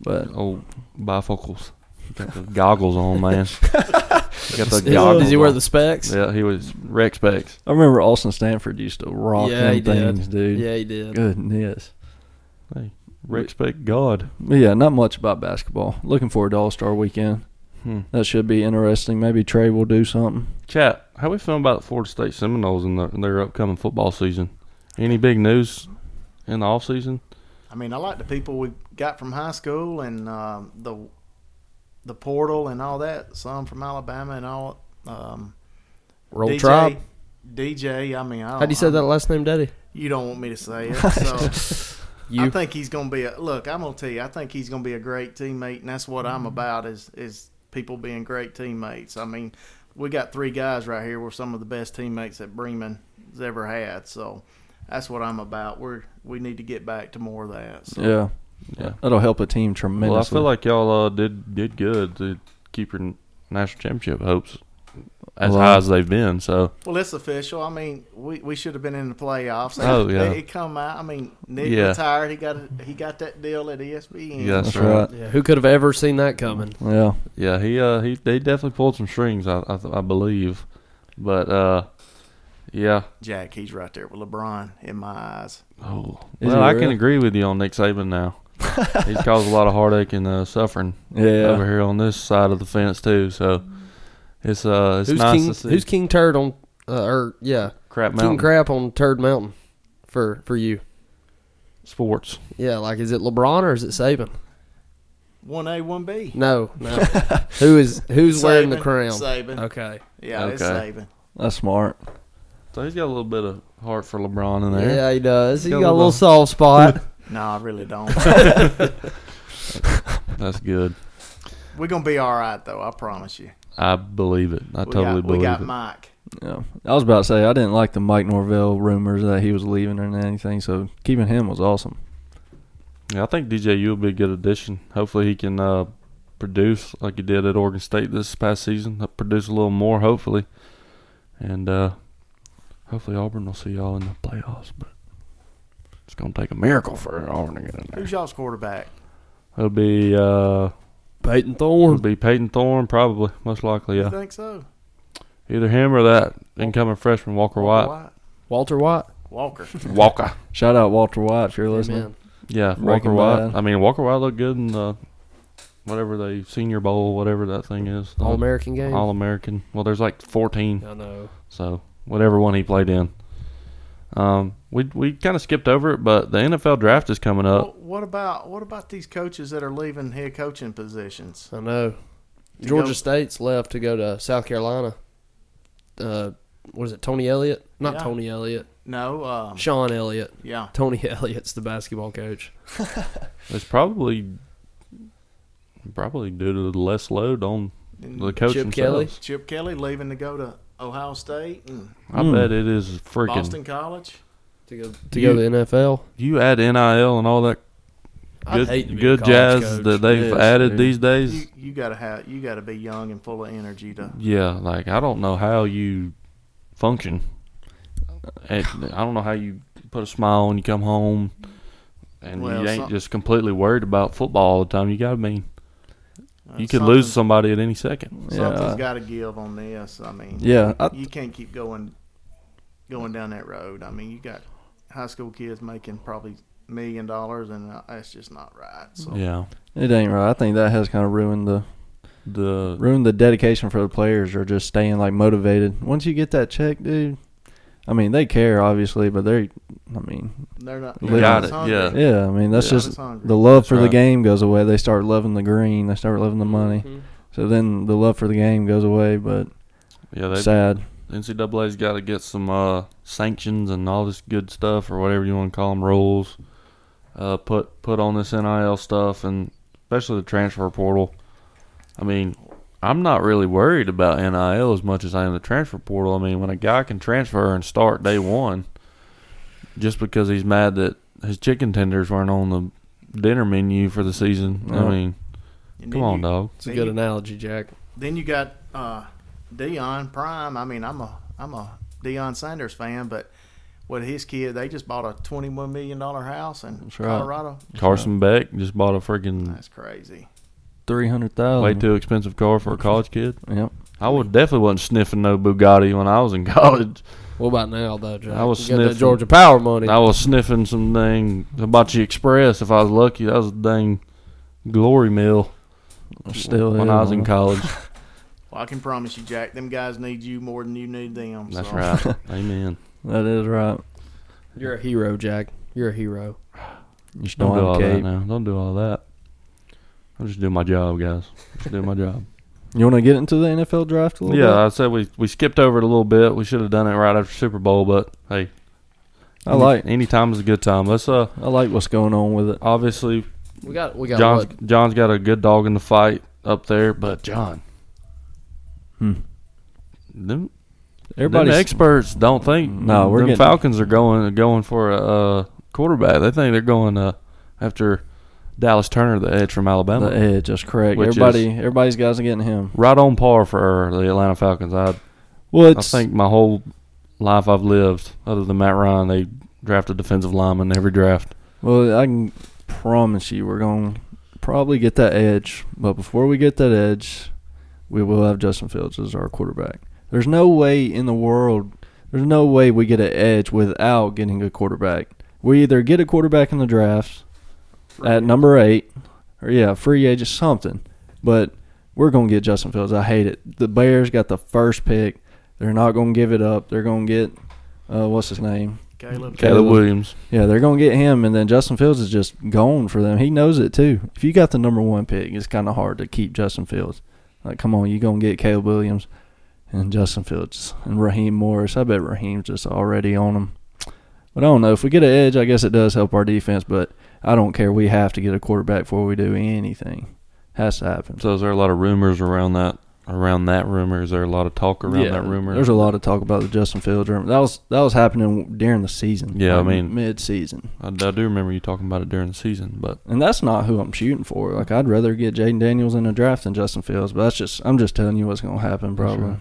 B: but
A: old bifocals. Got the goggles on, man. Got the
C: Is-
A: goggles.
C: does he wear
A: on.
C: the specs?
A: Yeah, he was Rex Specs.
B: I remember Austin Stanford used to rock
C: Yeah, he
B: them
C: did.
B: things, dude.
C: Yeah, he did.
B: Goodness.
A: Rex Spec God.
B: But yeah, not much about basketball. Looking forward to All Star Weekend.
A: Hmm.
B: That should be interesting. Maybe Trey will do something.
A: Chat, how we feeling about the Florida State Seminoles in, the, in their upcoming football season? Any big news in the off season?
D: I mean, I like the people we got from high school and um, the the portal and all that. Some from Alabama and all. Um,
C: Roll Uh-huh. tribe.
D: DJ, I mean, I don't,
C: How do you say that last name, Daddy?
D: You don't want me to say it. So I
C: You.
D: think he's going to be a look. I'm going to tell you. I think he's going to be a great teammate, and that's what
A: Mm-hmm.
D: I'm about is is people being great teammates. I mean, we got three guys right here. We're some of the best teammates that Bremen has ever had. So that's what I'm about. We're we need to get back to more of that. So.
B: Yeah.
A: Yeah.
B: That'll help a team
A: Well, I
B: tremendously.
A: feel like y'all uh, did did good to keep your national championship hopes as
B: Well,
A: high as they've been. So
D: Well, it's official. I mean, we, we should have been in the playoffs.
A: Oh, yeah.
D: It, it come out. I mean, Nick
A: Yeah.
D: retired. He got a, he got that deal at E ESPN.
A: Yeah,
B: That's
A: That's right.
B: right.
C: Yeah, who could have ever seen that coming?
B: Yeah.
A: yeah, he uh, he they definitely pulled some strings, I I, I believe. But uh, yeah,
D: Jack, he's right there with LeBron in my eyes.
A: oh,
B: Is
A: well,
B: he
A: I
B: real?
A: can agree with you on Nick Saban now. He's caused a lot of heartache and uh, suffering over
B: Yeah.
A: here on this side of the fence too. So it's uh, it's
C: who's
A: nice
C: King?
A: to see.
C: Who's King Turd on? Uh, or yeah,
A: crap
C: King
A: mountain
C: Crap on Turd Mountain for for you.
A: sports?
C: Yeah, like is it LeBron or is it Saban?
D: One A, one B.
C: No, no. who is who's wearing the
D: Saban,
C: crown?
D: Saban.
C: Okay.
D: Yeah, it's
A: Oh, Okay.
D: Saban.
B: That's smart.
A: So he's got a little bit of heart for LeBron in there.
C: Yeah, he does. He
A: Got a
C: got, a
A: little-
C: little soft spot.
D: No, I really don't.
A: That's good.
D: We're gonna be all right though. I promise you.
A: I believe it. I
D: we
A: totally
D: got,
A: believe
D: We got
A: it.
D: Mike.
B: Yeah. I was about to say I didn't like the Mike Norvell rumors that he was leaving and anything, so keeping him was awesome.
A: yeah, I think DJU will be a good addition. Hopefully he can uh, produce like he did at Oregon State this past season. Uh, Produce a little more, hopefully. And uh, hopefully Auburn will see y'all in the playoffs. But it's going to take a miracle for Auburn to get in there.
D: Who's y'all's quarterback?
A: It'll be uh,
C: Peyton
A: it'll
C: Thorne.
A: be Peyton Thorne, probably, most likely.
D: You
A: Yeah,
D: think so?
A: either him or that incoming freshman Walker White.
C: Walter White.
D: Walker.
A: Walker.
B: Shout out Walter White if you're listening.
C: Amen.
A: Yeah, Walker
B: Breaking
A: White.
B: Bad.
A: I mean, Walker White looked good in the whatever the Senior Bowl, whatever that thing is.
C: All American game.
A: All American. Well, there's like 14,
C: I know.
A: so whatever one he played in. Um, we we kind of skipped over it, but the NFL draft is coming up.
C: Oh.
D: Well, what about what about these coaches that are leaving head coaching positions?
C: I know.
D: To
C: Georgia
D: go-
C: State's left to go to South Carolina. Uh, what is it? Tony Elliott? Not
D: Yeah.
C: Tony Elliott.
D: No. Um,
C: Sean Elliott.
D: yeah.
C: Tony Elliott's the basketball coach.
A: It's probably probably due to the less load on the coach
C: Chip Kelly?
A: themselves.
D: Chip Kelly leaving to go to Ohio State and
A: I
B: Hmm.
A: bet it is freaking.
D: Boston College.
C: To go to
A: You-
C: go to NFL.
A: You add NIL and all that
C: I
A: good
C: hate to be a
A: good
C: college
A: jazz
C: coach.
A: that they've
B: Yes,
A: added
B: dude.
A: these days.
D: You, you gotta have you gotta be young and full of energy to
A: Yeah, like I don't know how you function. And I don't know how you put a smile when you come home, and
D: Well,
A: you ain't
D: some-
A: just completely worried about football all the time. You gotta mean
D: uh,
A: you could lose
D: something-
A: somebody at any second.
B: Yeah.
D: Something's gotta give on this. I mean
B: Yeah, I,
D: you can't keep going going down that road. I mean, you got high school kids making probably million dollars, and uh, that's just not right. So
A: Yeah,
B: it ain't right. I think that has kind of ruined the
A: the
B: ruin the dedication for the players or just staying like motivated. Once you get that check, dude, I mean they care obviously, but they, I mean,
D: They're not.
A: You
D: they're
B: got
D: not
A: it,
D: as hungry.
A: yeah.
D: They're
B: yeah, I mean that's
A: Yeah.
D: not
B: just
D: as hungry.
B: the love
A: That's
B: for the
A: right.
B: game goes away. They start loving the green, they start loving the money.
C: Mhm.
B: So then the love for the game goes away, but
A: yeah they
B: sad.
A: NCAA's got to get some uh, sanctions and all this good stuff, or whatever you want to call them, rules. Uh, put put on this NIL stuff, and especially the transfer portal. I mean, I'm not really worried about NIL as much as I am the transfer portal. I mean, when a guy can transfer and start day one, just because he's mad that his chicken tenders weren't on the dinner menu for the season.
B: Yeah.
A: I mean,
D: And
A: come
D: then
A: on,
D: you-
A: dog.
C: It's a
D: Then
C: good
D: you,
C: analogy, Jack.
D: then you got uh, Dion Prime. I mean, I'm a I'm a Dion Sanders fan, but with his kid, they just bought a twenty one million dollar house in
B: That's right.
D: Colorado.
A: Carson Beck just bought a freaking
D: That's crazy.
B: Three hundred thousand.
A: way too expensive car for a college kid.
B: Yep.
A: I would definitely wasn't sniffing no Bugatti when I was in college.
C: What about now, though, Jack?
A: I was
C: you got that
A: sniffing.
C: Georgia Power money.
A: I was sniffing some dang Hibachi Express if I was lucky. That was a dang glory meal
B: Still
A: when
B: is,
A: I was in
B: huh?
A: college.
D: Well, I can promise you, Jack. Them guys need you more than you need them.
A: That's
D: so.
A: right. Amen.
B: That is right.
C: You're a hero, Jack. You're a hero.
B: You should
A: Don't do all
B: don't have a
A: that
B: cape.
A: now. Don't do all that. I'll just do my job, guys. Just do my job.
B: You want to get into the NFL draft a little
A: yeah, I said we we skipped over it a little bit. We should have done it right after Super Bowl, but hey,
B: bit? I like
A: any time is a good time. Let's uh
B: I like what's going on with it.
A: obviously
C: We got we got
A: John's
C: what?
A: John's got a good dog in the fight up there, but John,
B: Hmm.
A: them Everybody
B: Everybody's
A: experts don't think
B: No, we're
A: them
B: getting-
A: Falcons are going going for a, uh quarterback. They think they're going uh, after Dallas Turner, the edge from
B: the
A: Alabama.
B: edge. That's correct.
A: Which is-
B: Everybody, everybody's guys are getting him.
A: Right on par for the Atlanta Falcons. I
B: Well,
A: I
B: it's
A: think my whole life I've lived, other than Matt Ryan, they draft a defensive lineman every draft.
B: well, I can promise you, we're going to probably get that edge. But before we get that edge, we will have Justin Fields as our quarterback. There's no way in the world. There's no way we get an edge without getting a quarterback. We either get a quarterback in the draft at number eight, or yeah, free agent something. But we're gonna get Justin Fields. I hate it. The Bears got the first pick. They're not gonna give it up. They're gonna get uh, what's his name? Caleb.
D: Caleb.
A: Caleb Williams.
B: Yeah, they're gonna get him, and then Justin Fields is just gone for them. He knows it too. If you got the number one pick, it's kind of hard to keep Justin Fields. Like, come on, you gonna get Caleb Williams and Justin Fields and Raheem Morris. I bet Raheem's just already on him. But I don't know. If we get an edge, I guess it does help our defense. But I don't care. We have to get a quarterback before we do anything. Has to happen.
A: So is there a lot of rumors around that? Around that rumor, is there a lot of talk around that rumor?
B: There's a lot of talk about the Justin Fields rumor. That was that was happening during the season.
A: Yeah, I mean-
B: mid season.
A: I, I do remember you talking about it during the season, but
B: And that's not who I'm shooting for. Like I'd rather get Jaden Daniels in a draft than Justin Fields, but that's just I'm just telling you what's gonna happen probably.
A: right.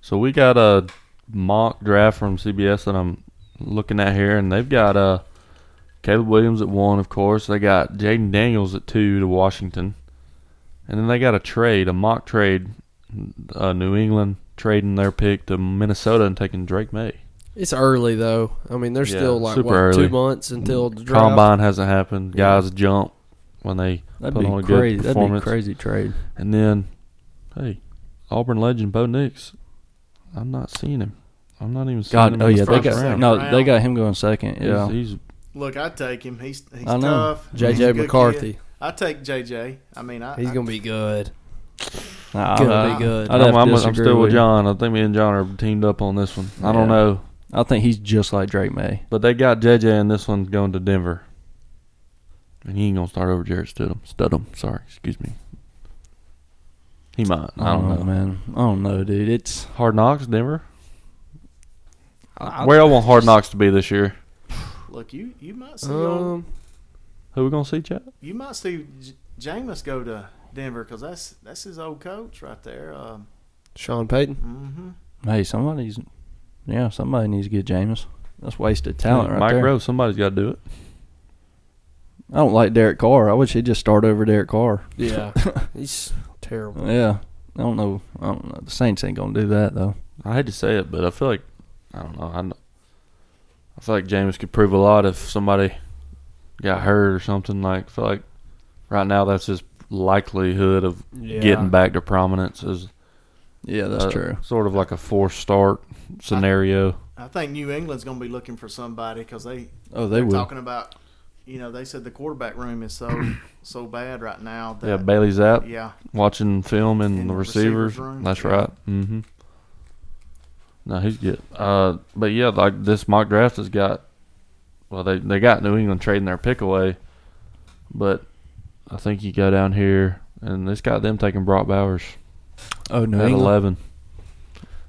A: So we got a mock draft from CBS that I'm looking at here, and they've got uh, Caleb Williams at one, of course. They got Jaden Daniels at two to Washington, and then they got a trade, a mock trade, uh, New England trading their pick to Minnesota and taking Drake May.
C: It's early though. I mean, they're
A: Yeah,
C: still like
A: super
C: what,
A: early.
C: two months until the draft.
A: Combine hasn't happened. Guys jump when they,
B: That'd
A: Put on a
B: be
A: good
B: crazy. That'd be
A: performance.
B: crazy trade.
A: and then, hey, Auburn legend Bo Nix. I'm not seeing him. I'm not even seeing him.
B: God,
A: in
B: oh
A: the
B: yeah, they
A: first
B: got
A: round.
B: no,
D: Round.
B: they got him going second.
A: He's-
B: Yeah,
A: he's
D: Look, I take him. He's he's
B: I know.
D: tough. He's a
C: JJ
D: good
C: McCarthy.
D: kid. I take JJ. I mean, I,
C: He's
D: I-
C: gonna be good.
B: Nah,
C: Gonna
B: I,
C: be good.
B: I'd have
A: I'm,
B: to
A: I'm, I'm
B: disagree
A: still with
B: with you.
A: John. I think me and John are teamed up on this one. I
B: Yeah.
A: don't know,
B: I think he's just like Drake May.
A: but they got JJ, and this one's going to Denver. And he ain't gonna start over Jared Stidham. Stidham, sorry, excuse me. He might. I don't know.
B: Oh, man. I don't know, dude. It's
A: Hard Knocks, Denver.
C: I-
A: Where I want Hard Knocks to be this year.
D: Look, you you might see old,
C: Um,
A: Who we gonna see, Chad?
D: you might see J- Jameis go to Denver because that's that's his old coach right there. Um,
C: Sean Payton.
D: hmm
B: hey, somebody's yeah, somebody needs to get Jameis. That's wasted talent right
A: Mike
B: there.
A: Rose. Somebody's got to do it.
B: I don't like Derek Carr. I wish he'd just start over Derek Carr.
C: Yeah, he's terrible.
B: Yeah. I don't know. I don't know. The Saints ain't gonna do that though.
A: I hate to say it, but I feel like I don't know. I, kn- I feel like James could prove a lot if somebody got hurt or something. Like I feel like right now that's his likelihood of
C: Yeah.
A: getting back to prominence is
B: Yeah, that's
A: uh,
B: true.
A: Sort of like a forced start scenario.
D: I think New England's going to be looking for somebody because they
B: Oh, they
D: are
B: will.
D: talking about. You know, they said the quarterback room is so so bad right now. That,
A: yeah, Bailey Zapp
D: yeah,
A: watching film and
D: In
A: the
D: the
A: receivers.
D: receivers room,
A: That's
D: yeah.
A: right. Mm-hmm. No, he's good. Uh, but yeah, like this mock draft has got. Well, they they got New England trading their pick away, but I think you go down here and it's got them taking Brock Bowers
B: Oh, New
A: at
B: England.
A: eleven.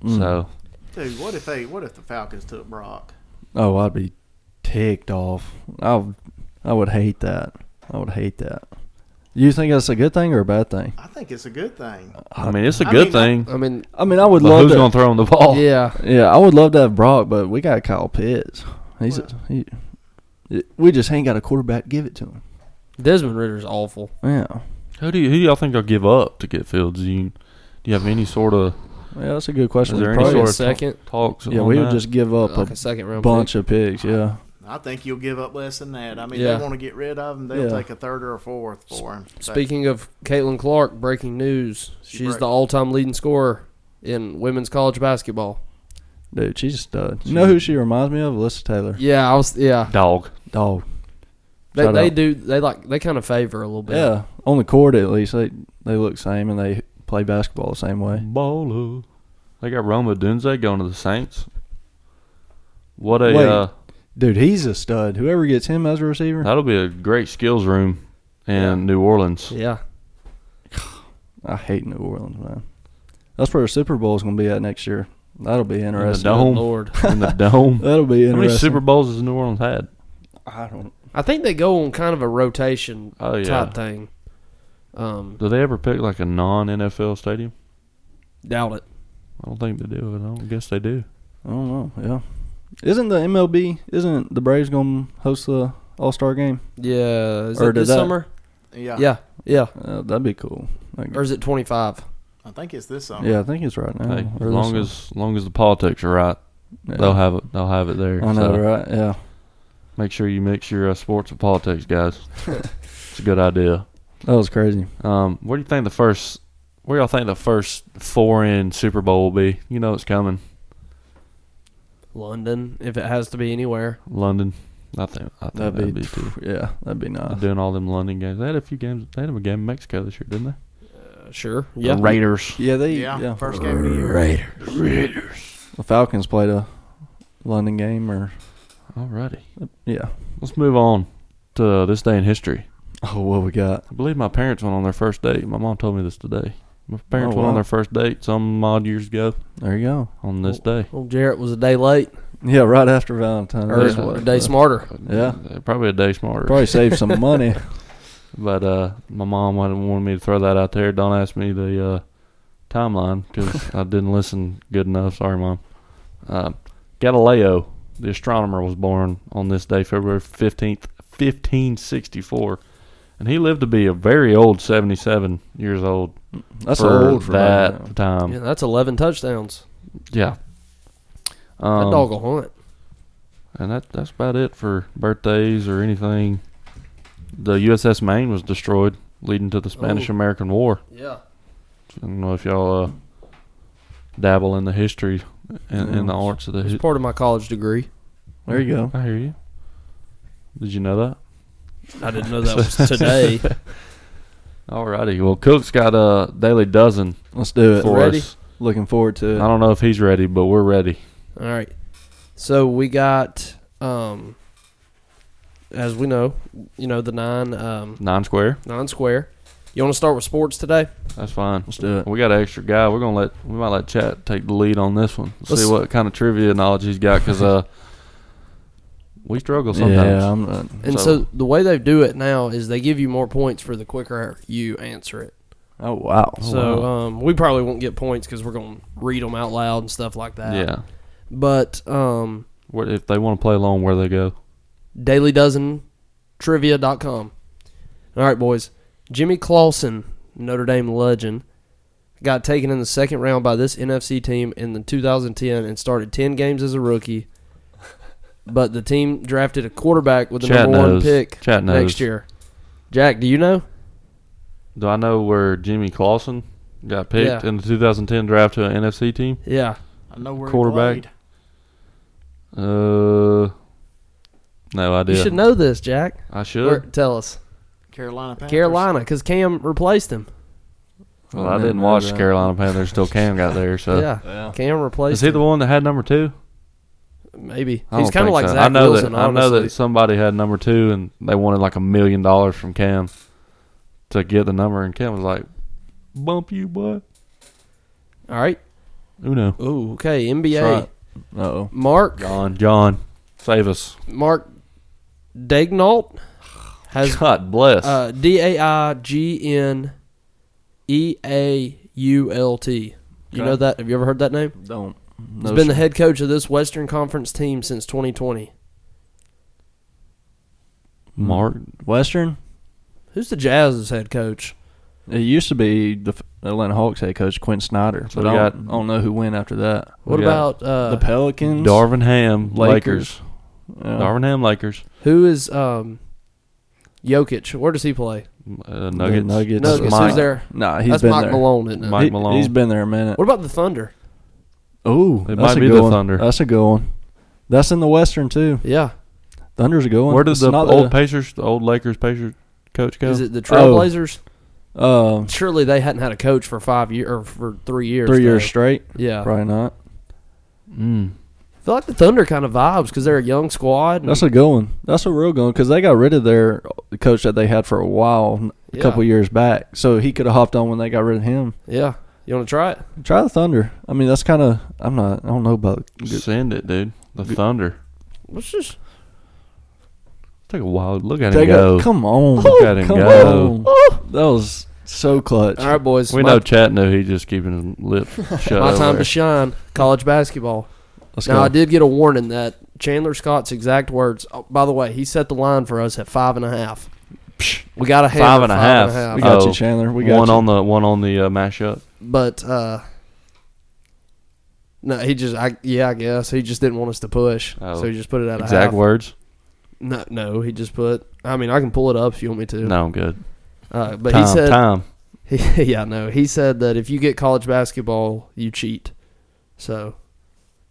B: Mm.
A: So
D: dude. What if they? What if the Falcons took Brock?
B: Oh, I'd be ticked off. I would, I would hate that. I would hate that. You think that's a good thing or a bad thing?
D: I think it's a good thing.
A: I mean, it's a
D: I
A: good
D: mean, I-
A: thing.
C: I mean,
B: I mean, I would
A: but
B: love
A: who's
B: to.
A: gonna throw him the ball?
C: yeah.
B: yeah, I would love to have Brock, but we got Kyle Pitts. He's a, he, we just ain't got a quarterback to give it to him.
C: Desmond Ritter's awful.
B: Yeah,
A: Who do you, who do y'all think I'll give up to get Fields? Do you, do you have any sort of
B: yeah, that's a good question.
A: Is there
B: We
A: any
B: probably-
C: Probably a
A: sort of
C: second,
A: talks?
B: yeah,
A: on
B: we would
A: that?
B: just give up
C: like a second
B: a
C: round
B: bunch of picks. Yeah,
D: I think you'll give up less than that. I mean,
C: Yeah.
D: they want to get rid of him. They'll
B: Yeah.
D: take a third or a fourth for him.
C: Pick. Speaking of Caitlin Clark, breaking news:
D: She
C: she's
D: broke.
C: the all-time leading scorer in women's college basketball.
B: dude, she's a stud. You know who she reminds me of? Alyssa Taylor.
C: Yeah, I was. Yeah,
A: dog.
B: Dog.
C: they,
B: Shout
C: they
B: out.
C: do. They like they kind of favor a little bit.
B: Yeah, on the court at least they they look same and they play basketball the same way.
A: Baller. They got Roma Dunze going to the Saints. What a
B: Wait.
A: uh,
B: Dude, he's a stud. Whoever gets him as a receiver,
A: that'll be a great skills room in New Orleans.
C: yeah.
B: I hate New Orleans, man. That's where the Super Bowl is going to be at next year. That'll be interesting.
A: dome.
C: Good Lord,
A: In the dome.
B: That'll be
A: How many
B: interesting.
A: Super Bowls has New Orleans had?
B: I don't.
C: I think they go on kind of a rotation
A: Oh yeah.
C: type thing. Um,
A: Do they ever pick like a non NFL stadium?
C: doubt it.
A: I don't think they do. I don't guess they do.
B: I don't know. Yeah, isn't the MLB? Isn't the Braves going to host the All Star game?
C: Yeah, is
B: Or
C: it
B: did
C: this
B: that-
C: summer?
D: yeah,
C: Yeah, yeah.
B: Uh, that'd be cool. Like,
C: Or is it twenty-five?
D: I think it's this summer.
B: yeah, I think it's right now.
A: Hey, as
B: Or this
A: long
B: one.
A: as long as the politics are right,
B: Yeah.
A: they'll have it. They'll have it there.
B: I know,
A: So
B: right? Yeah.
A: Make sure you mix your uh, sports and politics, guys. it's a good idea.
B: That was crazy.
A: Um, what do you think the first? Where y'all think the first foreign Super Bowl will be? You know it's coming.
C: London, if it has to be anywhere.
A: London. I think I think
B: That'd, be,
A: too.
B: yeah, that'd be
A: They're
B: nice.
A: doing all them London games. They had a few games. They had a game in Mexico this year, didn't they?
C: Uh, sure. Yeah.
A: The Raiders.
B: Yeah, they
D: Yeah,
B: yeah.
D: first game of the year.
B: The Falcons played a London game or
A: Alrighty.
B: yeah.
A: Let's move on to this day in history.
B: Oh, what we got?
A: I believe my parents went on their first date. My mom told me this today. My parents
B: Oh,
A: went on
B: wow.
A: their first date some odd years ago
B: There you go.
A: on this
B: Oh.
A: day.
C: Well, Jarrett was a day late,
B: Yeah, right after Valentine's.
C: or
B: That's
A: Yeah.
C: a
B: what-
C: day smarter.
B: Yeah.
A: Uh, Probably a day smarter.
B: Probably saved some money.
A: But uh, my mom wanted, wanted me to throw that out there. Don't ask me the uh, timeline because I didn't listen good enough. Sorry, mom. Uh, Galileo, the astronomer, was born on this day, February fifteenth, fifteen sixty-four, and he lived to be a very old seventy-seven years old.
B: That's
A: for
B: old for
A: that
B: that.
A: time.
C: yeah,
A: Yeah.
C: that's eleven touchdowns.
A: Um,
C: that dog will hunt.
A: And that that's about it for birthdays or anything. The USS Maine was destroyed, leading
C: Oh.
A: to the Spanish-American War.
C: Yeah.
A: I don't know if y'all uh, dabble in the history and in
B: Yeah.
A: the arts of the.
C: It's
A: Hi-
C: part of my college degree.
B: Mm. There you go.
A: I hear you. Did you know that?
C: I didn't know that was today.
A: Alrighty. Well, Cook's got a daily dozen
B: Let's do it.
A: for
C: Ready?
A: us.
B: Looking forward
A: I
B: to it.
A: don't know if he's ready, but we're ready.
C: All right. So we got, um, as we know, you know the nine, um,
A: Nine square.
C: nine square. You want to start with sports today?
A: That's fine.
B: Let's do it.
A: We got an extra guy. We're gonna let we might let Chat take the lead on this one.
C: Let's-
A: See what kind of trivia knowledge he's got, because uh, we struggle sometimes.
B: Yeah, I'm not.
C: And so,
A: So-
C: the way they do it now is they give you more points for the quicker you answer it.
B: Oh wow.
C: so um, we probably won't get points because we're gonna read them out loud and stuff like that.
A: yeah.
C: But um,
A: What if they want to play along? Where they go?
C: dailydozentrivia.com. All right, boys. Jimmy Clausen, Notre Dame legend, got taken in the second round by this NFC team in the 2010 and started 10 games as a rookie. But the team drafted a quarterback with the
A: Chat
C: number one
A: knows.
C: pick
A: Chat knows.
C: next year. Jack, do you know?
A: Do I know where Jimmy Clausen got picked
C: Yeah.
A: in the 2010 draft to an NFC team?
C: Yeah.
D: I know where
A: Quarterback.
D: He played.
A: Uh, no idea.
C: You should know this, Jack.
A: I
C: Where-
A: should.
C: tell us.
D: Carolina Panthers.
C: Carolina, because Cam replaced him.
A: Well,
B: I
A: I
B: didn't
A: didn't
B: know
A: watch
B: that.
A: Carolina Panthers till Cam got there. So
C: yeah.
B: Well,
C: Cam replaced
A: is he the
C: him.
A: one that had number two?
C: Maybe.
A: I
C: He's
A: don't
C: kind of
A: think
C: like
A: so.
C: Zach
A: I know
C: Wilson,
A: that,
C: honestly.
A: I know that somebody had number two and they wanted like a million dollars from Cam to get the number, and Cam was like, "Bump you, boy."
C: All right.
A: Uno.
C: Ooh, okay. NBA.
B: That's right. Uh-oh.
C: Mark
A: John. John. Save us.
C: Mark Daignault has
A: God bless.
C: uh, D A I G N E A U L T. You
B: Okay.
C: know that? Have you ever heard that name?
B: Don't.
C: He's
B: No,
C: been the
B: sir.
C: head coach of this Western Conference team since 2020.
A: Mark.
B: Western.
C: Who's the Jazz's head coach?
B: It used to be the F- Atlanta Hawks head coach Quinn Snyder,
A: So
B: but
A: we
B: I don't,
A: got-
B: I don't know who went after that.
C: What
A: We got
C: about uh,
B: the Pelicans.
A: Darvin Ham. Lakers.
B: Lakers. Yeah.
A: Darvin Ham. Lakers.
C: who is um, Jokic? Where does he play?
A: Uh,
B: The
A: Nuggets.
B: Nuggets.
A: That's
C: Nuggets.
A: Mike.
C: Who's there?
B: Nah, he's
C: That's
B: been
C: Mike
B: there.
C: Malone, isn't it?
A: Mike
B: He-
A: Malone.
B: He's been there a minute.
C: What about the Thunder?
B: Ooh,
A: It
B: that's
A: might
B: a
A: be
B: good
A: the
B: one.
A: Thunder.
B: That's a good one. That's in the Western too.
C: Yeah.
B: Thunder's a good one.
A: Where did
B: It's
A: the
B: not
A: old Pacers, the old Lakers Pacers coach go?
C: Is
B: Oh.
C: it the Trailblazers?
B: uh,
C: Surely they hadn't had a coach for five years or for three years.
B: three
C: though.
B: years straight?
C: Yeah.
B: Probably not.
A: Mm.
C: I feel like the Thunder kind of vibes because they're a young squad. and-
B: That's a good one. That's a real good one because they got rid of their coach that they had for a while a
C: Yeah.
B: couple years back, so he could have hopped on when they got rid of him.
C: yeah. You want to try it?
B: Try the Thunder. I mean, that's kind of I'm not. I don't know about.
A: Send it, dude. The Thunder.
C: Let's just.
A: Take a wild look at him
B: Take a-
A: go.
B: come on,
A: Look at him
B: come
A: go.
B: on. That was so clutch.
C: All right, boys.
A: We
C: my,
A: know Chat knew he's just keeping his lips shut.
C: my
A: over
C: time
A: there.
C: to shine. College basketball.
B: Let's
C: now
B: go.
C: I did get a warning that Chandler Scott's exact words. Oh, by the way, he set the line for us at five and a half. We got a hammer
A: Five and a
C: at
A: half.
B: We got
A: Oh,
B: you, Chandler. We got
A: one
B: you.
A: on the one on the uh, mashup.
C: But uh, no, he just. I yeah, I guess he just didn't want us to push,
A: Oh.
C: so he just put it at a half.
A: Exact words.
C: No, no, he just put. I mean, I can pull it up if you want me to.
A: No, I'm good.
C: Uh, but
A: time,
C: he said.
A: time.
C: He, yeah, no. He said that if you get college basketball, you cheat. So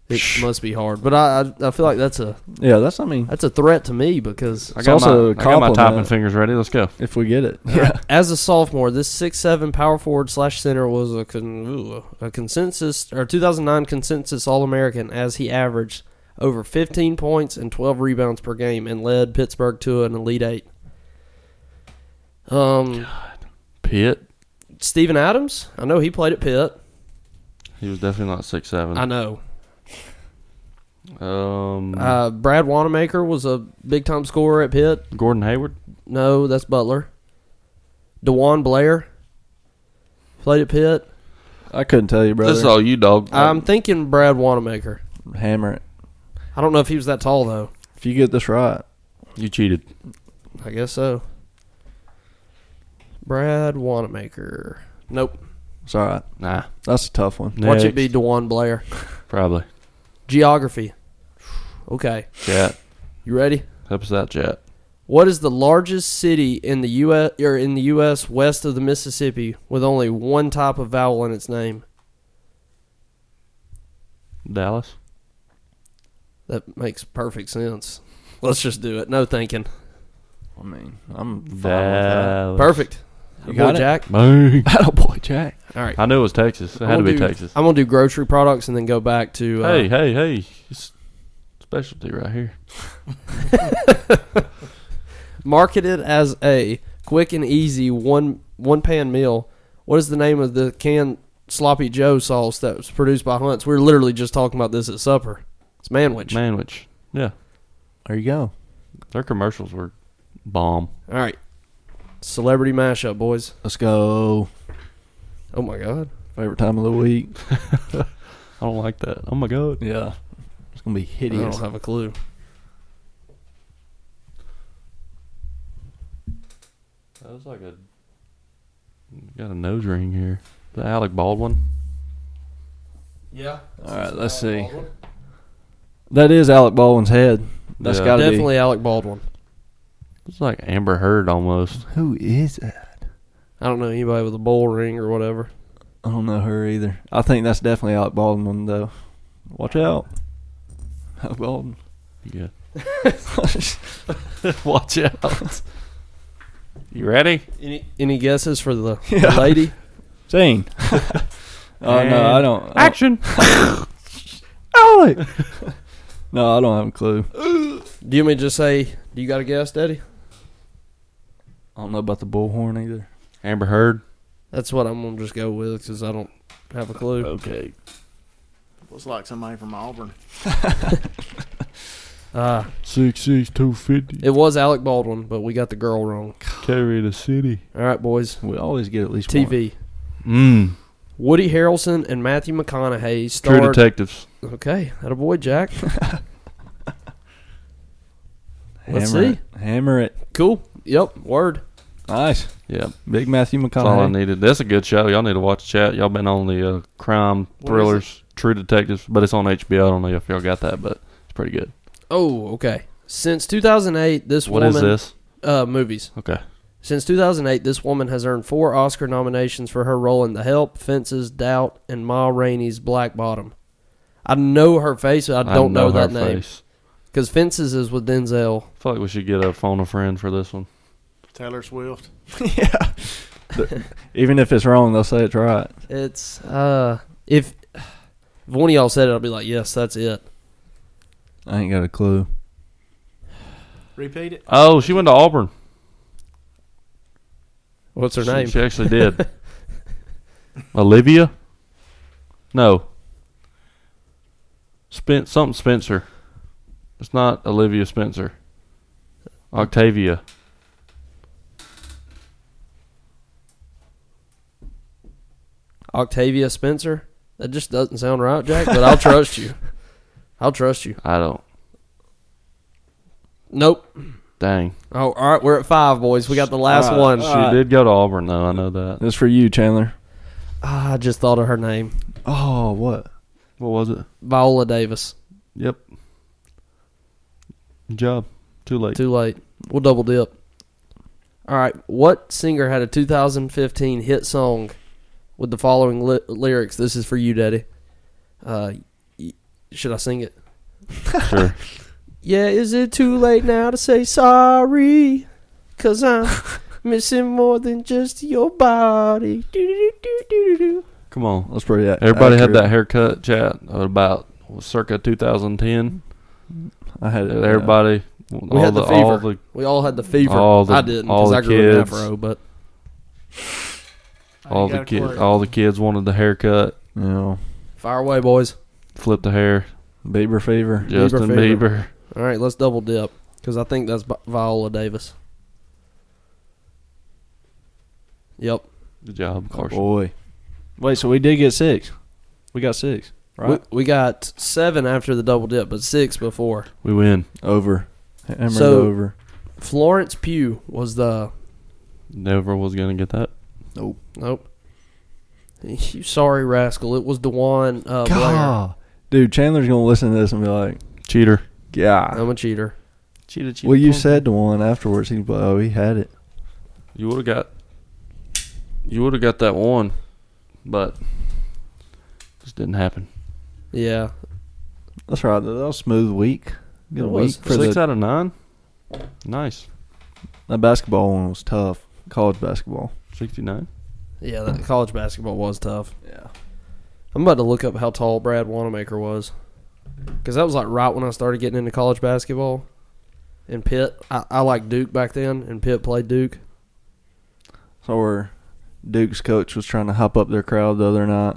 C: it must be hard. But I, I I feel like that's a
B: yeah, that's. I mean,
C: that's a threat to me because
A: I
B: It's
A: got,
B: also a
A: my, I got my
B: compliment.
A: typing fingers ready. Let's go.
B: if we get it, yeah.
C: as a sophomore, this six seven power forward slash center was a con, ooh, a consensus or 2009 consensus All American as he averaged over 15 points and 12 rebounds per game and led Pittsburgh to an Elite Eight. Um,
A: Pitt.
C: Steven Adams, I know he played at Pitt.
A: He was definitely not six seven.
C: I know.
A: um,
C: Uh, Brad Wanamaker was a big time scorer at Pitt.
A: Gordon Hayward.
C: No, that's Butler. Dewan Blair played at Pitt.
B: I couldn't tell you, brother.
A: This is all you, dog.
C: I'm thinking Brad Wanamaker.
B: Hammer it.
C: I don't know if he was that tall though.
B: If you get this right,
A: you cheated.
C: I guess so. Brad Wanamaker. Nope.
B: it's all right.
A: Nah.
B: That's a tough one.
C: Watch
A: Next.
C: it be Dewan Blair.
A: Probably.
C: Geography. Okay.
A: Chat.
C: You ready?
A: Help us out, chat.
C: What is the largest city in the US or in the US west of the Mississippi with only one type of vowel in its name?
A: Dallas.
C: That makes perfect sense. Let's just do it. No thinking.
B: I mean, I'm fine
A: Dallas.
C: Perfect.
B: You
C: Boy,
B: got it?
C: Jack.
A: Bang.
B: with that. boy, Jack.
C: All right.
A: I knew it was Texas. It had to
C: gonna
A: be
C: do,
A: Texas.
C: I'm gonna do grocery products and then go back to. Uh,
A: hey, hey, hey. It's specialty right here.
C: Marketed as a quick and easy one one pan meal. What is the name of the canned sloppy Joe sauce that was produced by Hunts? We were literally just talking about this at supper. It's manwich.
A: Manwich. Yeah.
B: There you go.
A: Their commercials were bomb.
C: All right. Celebrity mashup, boys.
B: Let's go.
C: Oh my God.
B: Favorite time of the week.
A: I don't like that. Oh my god.
B: Yeah. It's gonna be
C: I don't
B: hideous.
C: have a clue.
A: That was like a got a nose ring here. The Alec Baldwin.
C: Yeah.
B: All right, let's see. That is Alec Baldwin's head. That's
A: Yeah.
B: gotta
C: Definitely Alec Baldwin.
A: It's like Amber Heard almost.
B: be. Who is that?
C: I don't know anybody with a bull ring or whatever.
B: I don't know her either. I think that's definitely Alec Baldwin though. Watch out, Alec Baldwin.
A: Yeah. Watch out. You ready?
C: Any any guesses for the, the
B: Yeah.
C: lady?
B: Shane. oh
A: And
B: no, I don't. I don't-
A: Action.
B: Alec. no, I don't have a clue.
C: Do you mean to just say? Do you got a guess, Daddy?
B: I don't know about the bullhorn either.
A: Amber Heard.
C: That's what I'm gonna just go with because I don't have a clue.
A: Okay.
D: Looks like somebody from Auburn.
C: Uh,
A: Six six two fifty.
C: it was Alec Baldwin, but we got the girl wrong.
A: Carry the city.
C: All right, boys.
B: We always get at least one.
C: TV.
A: Mm.
C: Woody Harrelson and Matthew McConaughey
A: True
C: starred.
A: detectives.
C: okay, that a boy, Jack. Let's
B: Hammer
C: see.
B: It. Hammer it.
C: Cool. Yep. Word.
B: Nice.
A: Yeah, that's
B: Big Matthew
A: all I
B: McConaughey.
A: needed. That's a good show. Y'all need to watch chat. Y'all been on the uh, crime
D: What is
A: thrillers, True Detectives, but it's on HBO. I don't know if y'all got that, but it's pretty good.
C: Oh, okay. Since 2008, this
A: What
C: woman
A: is this?
C: Uh, movies.
A: Okay.
C: Since 2008, this woman has earned four Oscar nominations for her role in The Help, Fences, Doubt, and Ma Rainey's Black Bottom. I know her face, but I don't know,
A: her
C: that name
A: face.
C: because Fences is with Denzel.
A: I feel like we should get a phone a friend for this one.
D: Taylor Swift.
B: yeah. Even if it's wrong, they'll say it's right.
C: It's uh, if if one of y'all said it, I'll be like, yes, that's it.
B: I ain't got a clue.
D: Repeat it.
A: Oh, she went to Auburn.
C: What's her
A: She-
C: name?
A: She actually did. Olivia? No. Spent something Spencer. It's not Olivia Spencer. Octavia.
C: Octavia Spencer. That just doesn't sound right, Jack. But I'll trust you. I'll trust you.
A: I don't.
C: Nope.
A: Dang.
C: Oh, all right. We're at five, boys. We got the last
B: All right.
C: one.
A: She
B: All right.
A: did go to Auburn, though. I know that.
B: That's for you, Chandler.
C: Ah, I just thought of her name.
B: Oh, what?
A: What was it?
C: Viola Davis.
A: Yep. Good job. Too late.
C: Too late. We'll double dip. All right. What singer had a 2015 hit song with the following li- lyrics? This is for you, Daddy. Uh, y- should I sing it?
A: Sure.
C: Yeah, is it too late now to say sorry? Cause I'm missing more than just your body. Do-do-do-do-do-do.
A: Come on.
B: That's pretty. ac-
A: Everybody had that
B: accurate.
A: haircut chat about circa 2010.
B: I had it.
A: Everybody, all
C: had the
A: all
C: fever.
A: the
C: We all had the fever.
A: All the-
C: I didn't
A: all
C: because
A: the
C: I grew
A: kids.
C: an afro, but Oh,
D: I
A: all
D: ain't
A: the
D: got a clue.
A: kids, all the kids wanted the haircut,
B: You know,
C: fire away, boys.
A: flip the hair.
B: Bieber fever.
A: Justin
C: Bieber.
A: Bieber.
C: All right, let's double dip because I think that's Vi- Viola Davis. Yep.
A: Good job, Carson.
B: Boy. Wait, so we did get six. We got six. Right.
C: We, we got seven after the double dip, but six before.
A: We win.
B: over. Hammer
C: So-
B: over.
C: Florence Pugh was the.
A: Never was gonna get that.
C: Nope. You sorry rascal. It was Dewan uh, Blair.
B: God. Dude, Chandler's going to listen to this and be like,
A: Cheater.
B: yeah.
C: I'm a cheater.
A: Cheater. cheater
B: Well, you said to one afterwards. He's like, oh, he had it.
A: you would have got. You would have got that one, but just didn't happen.
C: Yeah.
B: That's right. That was a smooth week. Good
C: It
B: week
C: was.
B: for
A: Six
B: the
A: out of nine. Nice.
B: that basketball one was tough. College basketball.
A: Sixty-nine.
C: Yeah, that college basketball was tough.
B: Yeah.
C: I'm about to look up how tall Brad Wanamaker was. Because that was like right when I started getting into college basketball. And Pitt, I, I liked Duke back then, and Pitt played Duke.
B: So where Duke's coach was trying to hop up their crowd the other night.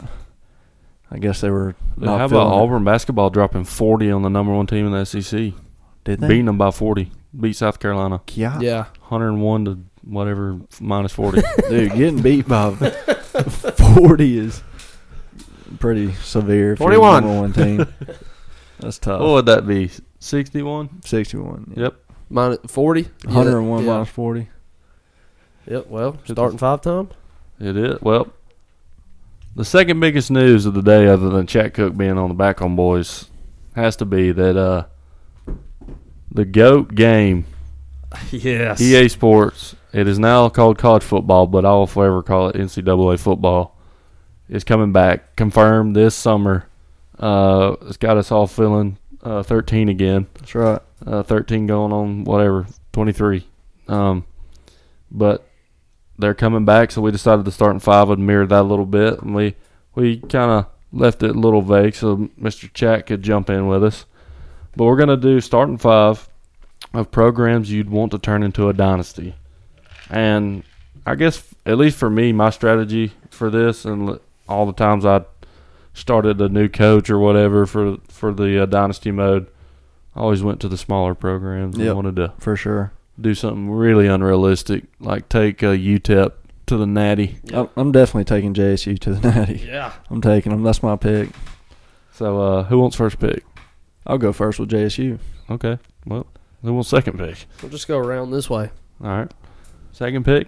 B: I guess they were.
A: Dude,
B: not
A: How about
B: feeling it.
A: Auburn basketball dropping forty on the number one team in the SEC,
B: Did they?
A: beating them by forty, beat South Carolina,
B: yeah.
C: Yeah.
A: hundred and one to whatever minus forty.
B: Dude, getting beat by 40 is pretty severe. if you're the
C: 41.
B: number one team. That's tough.
A: what would that be? Sixty-one.
B: 61. yeah.
A: Oh, Yep.
C: Minus 40? Yeah, that-
B: 101
C: yeah.
B: minus 40.
C: Yep, well, starting five time.
A: It is. Well, the second biggest news of the day, other than Chat Cook being on the back on boys, has to be that uh, the GOAT game,
C: Yes.
A: EA Sports, It is now called college football, but I will forever call it NCAA football. It's coming back, confirmed this summer. Uh, it's got us all feeling uh, 13 again,
B: That's right.
A: uh, 13 going on whatever, 23. Um, but they're coming back, so we decided the starting five would mirror that a little bit, and we we kind of left it a little vague so Mr. Chat could jump in with us. But we're gonna do starting five of programs you'd want to turn into a dynasty. And I guess, at least for me, my strategy for this and l- all the times I started a new coach or whatever for for the uh, dynasty mode, I always went to the smaller programs. I
B: Yep.
A: wanted to
B: For sure.
A: do something really unrealistic, like take a UTEP to the Natty.
C: Yeah.
B: I'm- I'm definitely taking JSU to the natty.
C: Yeah.
B: I'm taking them. That's my pick.
A: So, uh, who wants first pick?
B: I'll go first with JSU.
A: Okay, well, who wants second pick?
C: We'll just go around this way.
A: All right, second pick.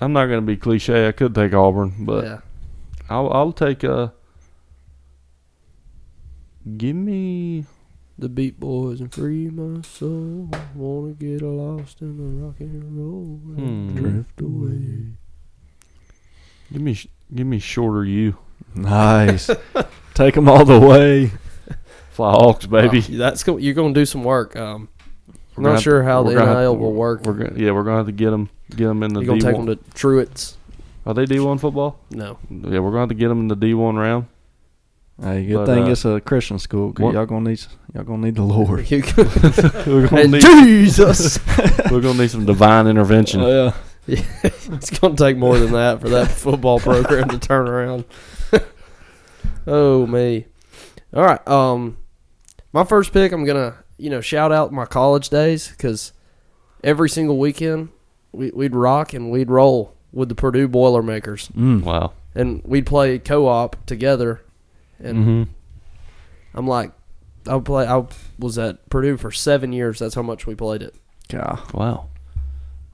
A: I'm not going to be cliche. I could take Auburn, but
C: yeah.
A: I'll, I'll take a. Give me.
C: The Beat Boys and Free My Soul. Wanna get lost in the rock and roll and
A: Hmm.
C: drift away.
A: Give me. sh- Give me shorter you.
B: Nice. Take them all the way.
A: Fly Hawks, baby.
C: Wow, that's go- you're gonna do some work. Um, I'm
A: We're gonna
C: not
A: have
C: sure
A: to-
C: how the
A: we're gonna have
C: NIL
A: to-
C: will work.
A: We're gonna, yeah, we're gonna have to get them. Get them in the
C: you gonna
A: D
C: take
A: one.
C: them to Truitt's?
A: Are they D one football?
C: No.
A: Yeah, we're gonna have to get them in the D one round.
B: Hey,
A: But,
B: good thing
A: uh,
B: it's a Christian school. you
A: what-
B: y'all gonna need s- y'all gonna need the Lord.
C: You go-
A: we're gonna
C: Hey,
A: need.
C: Jesus.
A: we're gonna need some divine intervention.
B: oh,
C: Uh,
B: yeah.
C: it's gonna take more than that for that football program to turn around. oh me. All right. Um, my first pick. I'm gonna you know shout out my college days because every single weekend we, we'd rock and we'd roll with the Purdue Boilermakers
B: Mm.
A: Wow.
C: and we'd play co-op together and.
B: Mm-hmm.
A: Mhm.
C: I'm like, I play. I was at Purdue for seven years. That's how much we played it.
B: God,
A: Wow.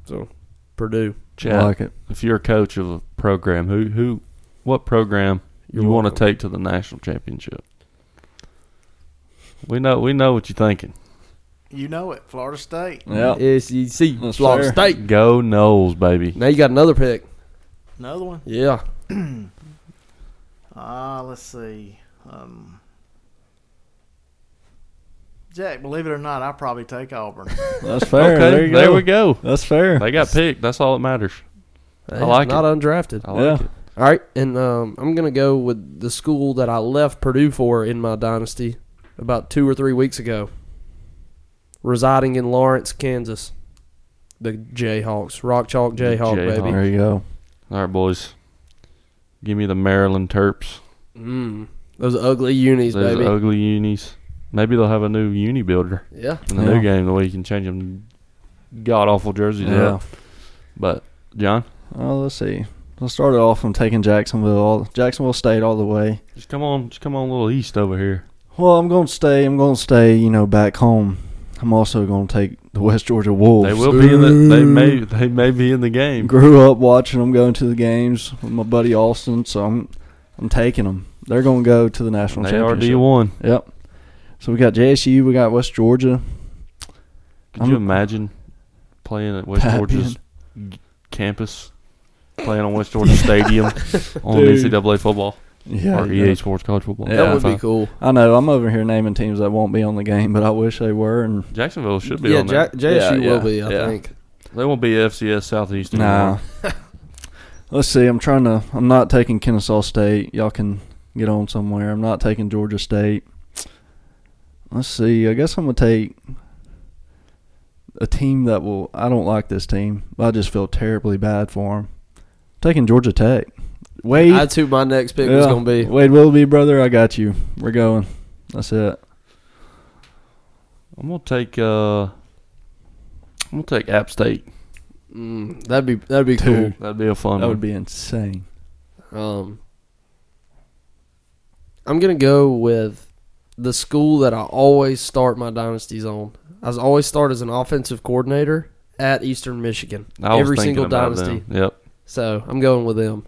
C: So, Purdue.
A: Chad,
B: I like it.
A: if you're a coach of a program, who who, what program you
C: You're
A: want to
C: welcome.
A: take to the national championship? We know we know what you're thinking.
D: You know it, Florida State.
A: Mm.
B: Yeah.
C: SEC,
B: That's
C: Florida
B: fair.
C: State.
A: Go Knowles, baby.
C: Now you got another pick.
D: Another one.
C: Yeah,
D: Ah, let's see. Um, Jack, believe it or not, I probably take Auburn.
B: That's fair.
A: okay,
B: there you go.
A: we go.
B: That's fair.
A: They got picked. That's all that matters. I
C: Hey,
A: like
C: not undrafted.
A: I
C: All
A: like
B: Yeah.
A: it.
C: right, and um, I'm gonna go with the school that I left Purdue for in my dynasty about two or three weeks ago. Residing in Lawrence, Kansas, the Jayhawks, Rock Chalk
A: The
C: Jayhawk, baby.
A: Jayhawks.
B: There you go.
A: All right, boys. Give me the Maryland Terps.
C: Mm, those ugly unis,
A: Those
C: baby.
A: ugly unis. Maybe they'll have a new uni builder
C: yeah,
A: in the
B: Yeah.
A: new game. The way you can change them god awful jerseys. Yeah.
B: Yeah.
A: But John,
B: Well, let's see. I started off from taking Jacksonville, all, Jacksonville State all the way.
A: just come on, just come on, a little east over here.
B: Well, I'm gonna stay. I'm gonna stay. You know, back home. I'm also gonna take the West Georgia Wolves.
A: They will be in the. They
B: Mm.
A: may. They may be in the game.
B: Grew up watching them going to the games with my buddy Austin, so I'm I'm taking them. They're gonna go to the national
A: They are
B: championship.
A: D one.
B: Yep. So we got JSU, we got West Georgia.
A: Could
B: I'm-
A: you imagine playing at West
B: Pappy
A: Georgia's g- campus, playing on West Georgia Stadium on
B: Dude.
A: NCAA football
B: Yeah,
A: or E EA Sports College football?
B: Yeah.
C: that would be
A: Fine.
C: cool.
B: I know. I'm over here naming teams that won't be on the game, but I wish they were. And
A: Jacksonville should be
C: yeah,
A: on there.
C: J- JSU
B: Yeah,
C: will
B: yeah,
C: be. I
B: yeah.
C: think.
A: They won't be FCS Southeast
B: nah.
A: anymore.
B: Let's see. I'm trying to. I'm not taking Kennesaw State. Y'all can get on somewhere. I'm not taking Georgia State. Let's see. I guess I'm gonna take a team that will. I don't like this team. But I just feel terribly bad for them. Taking Georgia Tech. Wade.
C: That's who my next pick was
B: Yeah.
C: going to be.
B: Wade Willoughby, brother. I got you. We're going. That's it.
A: I'm gonna take. Uh, I'm gonna take App State.
C: Mm, that'd be that'd be
B: Dude.
A: That'd be a fun.
B: That
A: one.
B: would be insane.
C: cool. Um, I'm gonna go with the school that I always start my dynasties on. I was always start as an offensive coordinator at Eastern Michigan.
A: I was
C: Every
A: thinking
C: single
A: about
C: dynasty.
A: them. Yep.
C: So I'm going with them.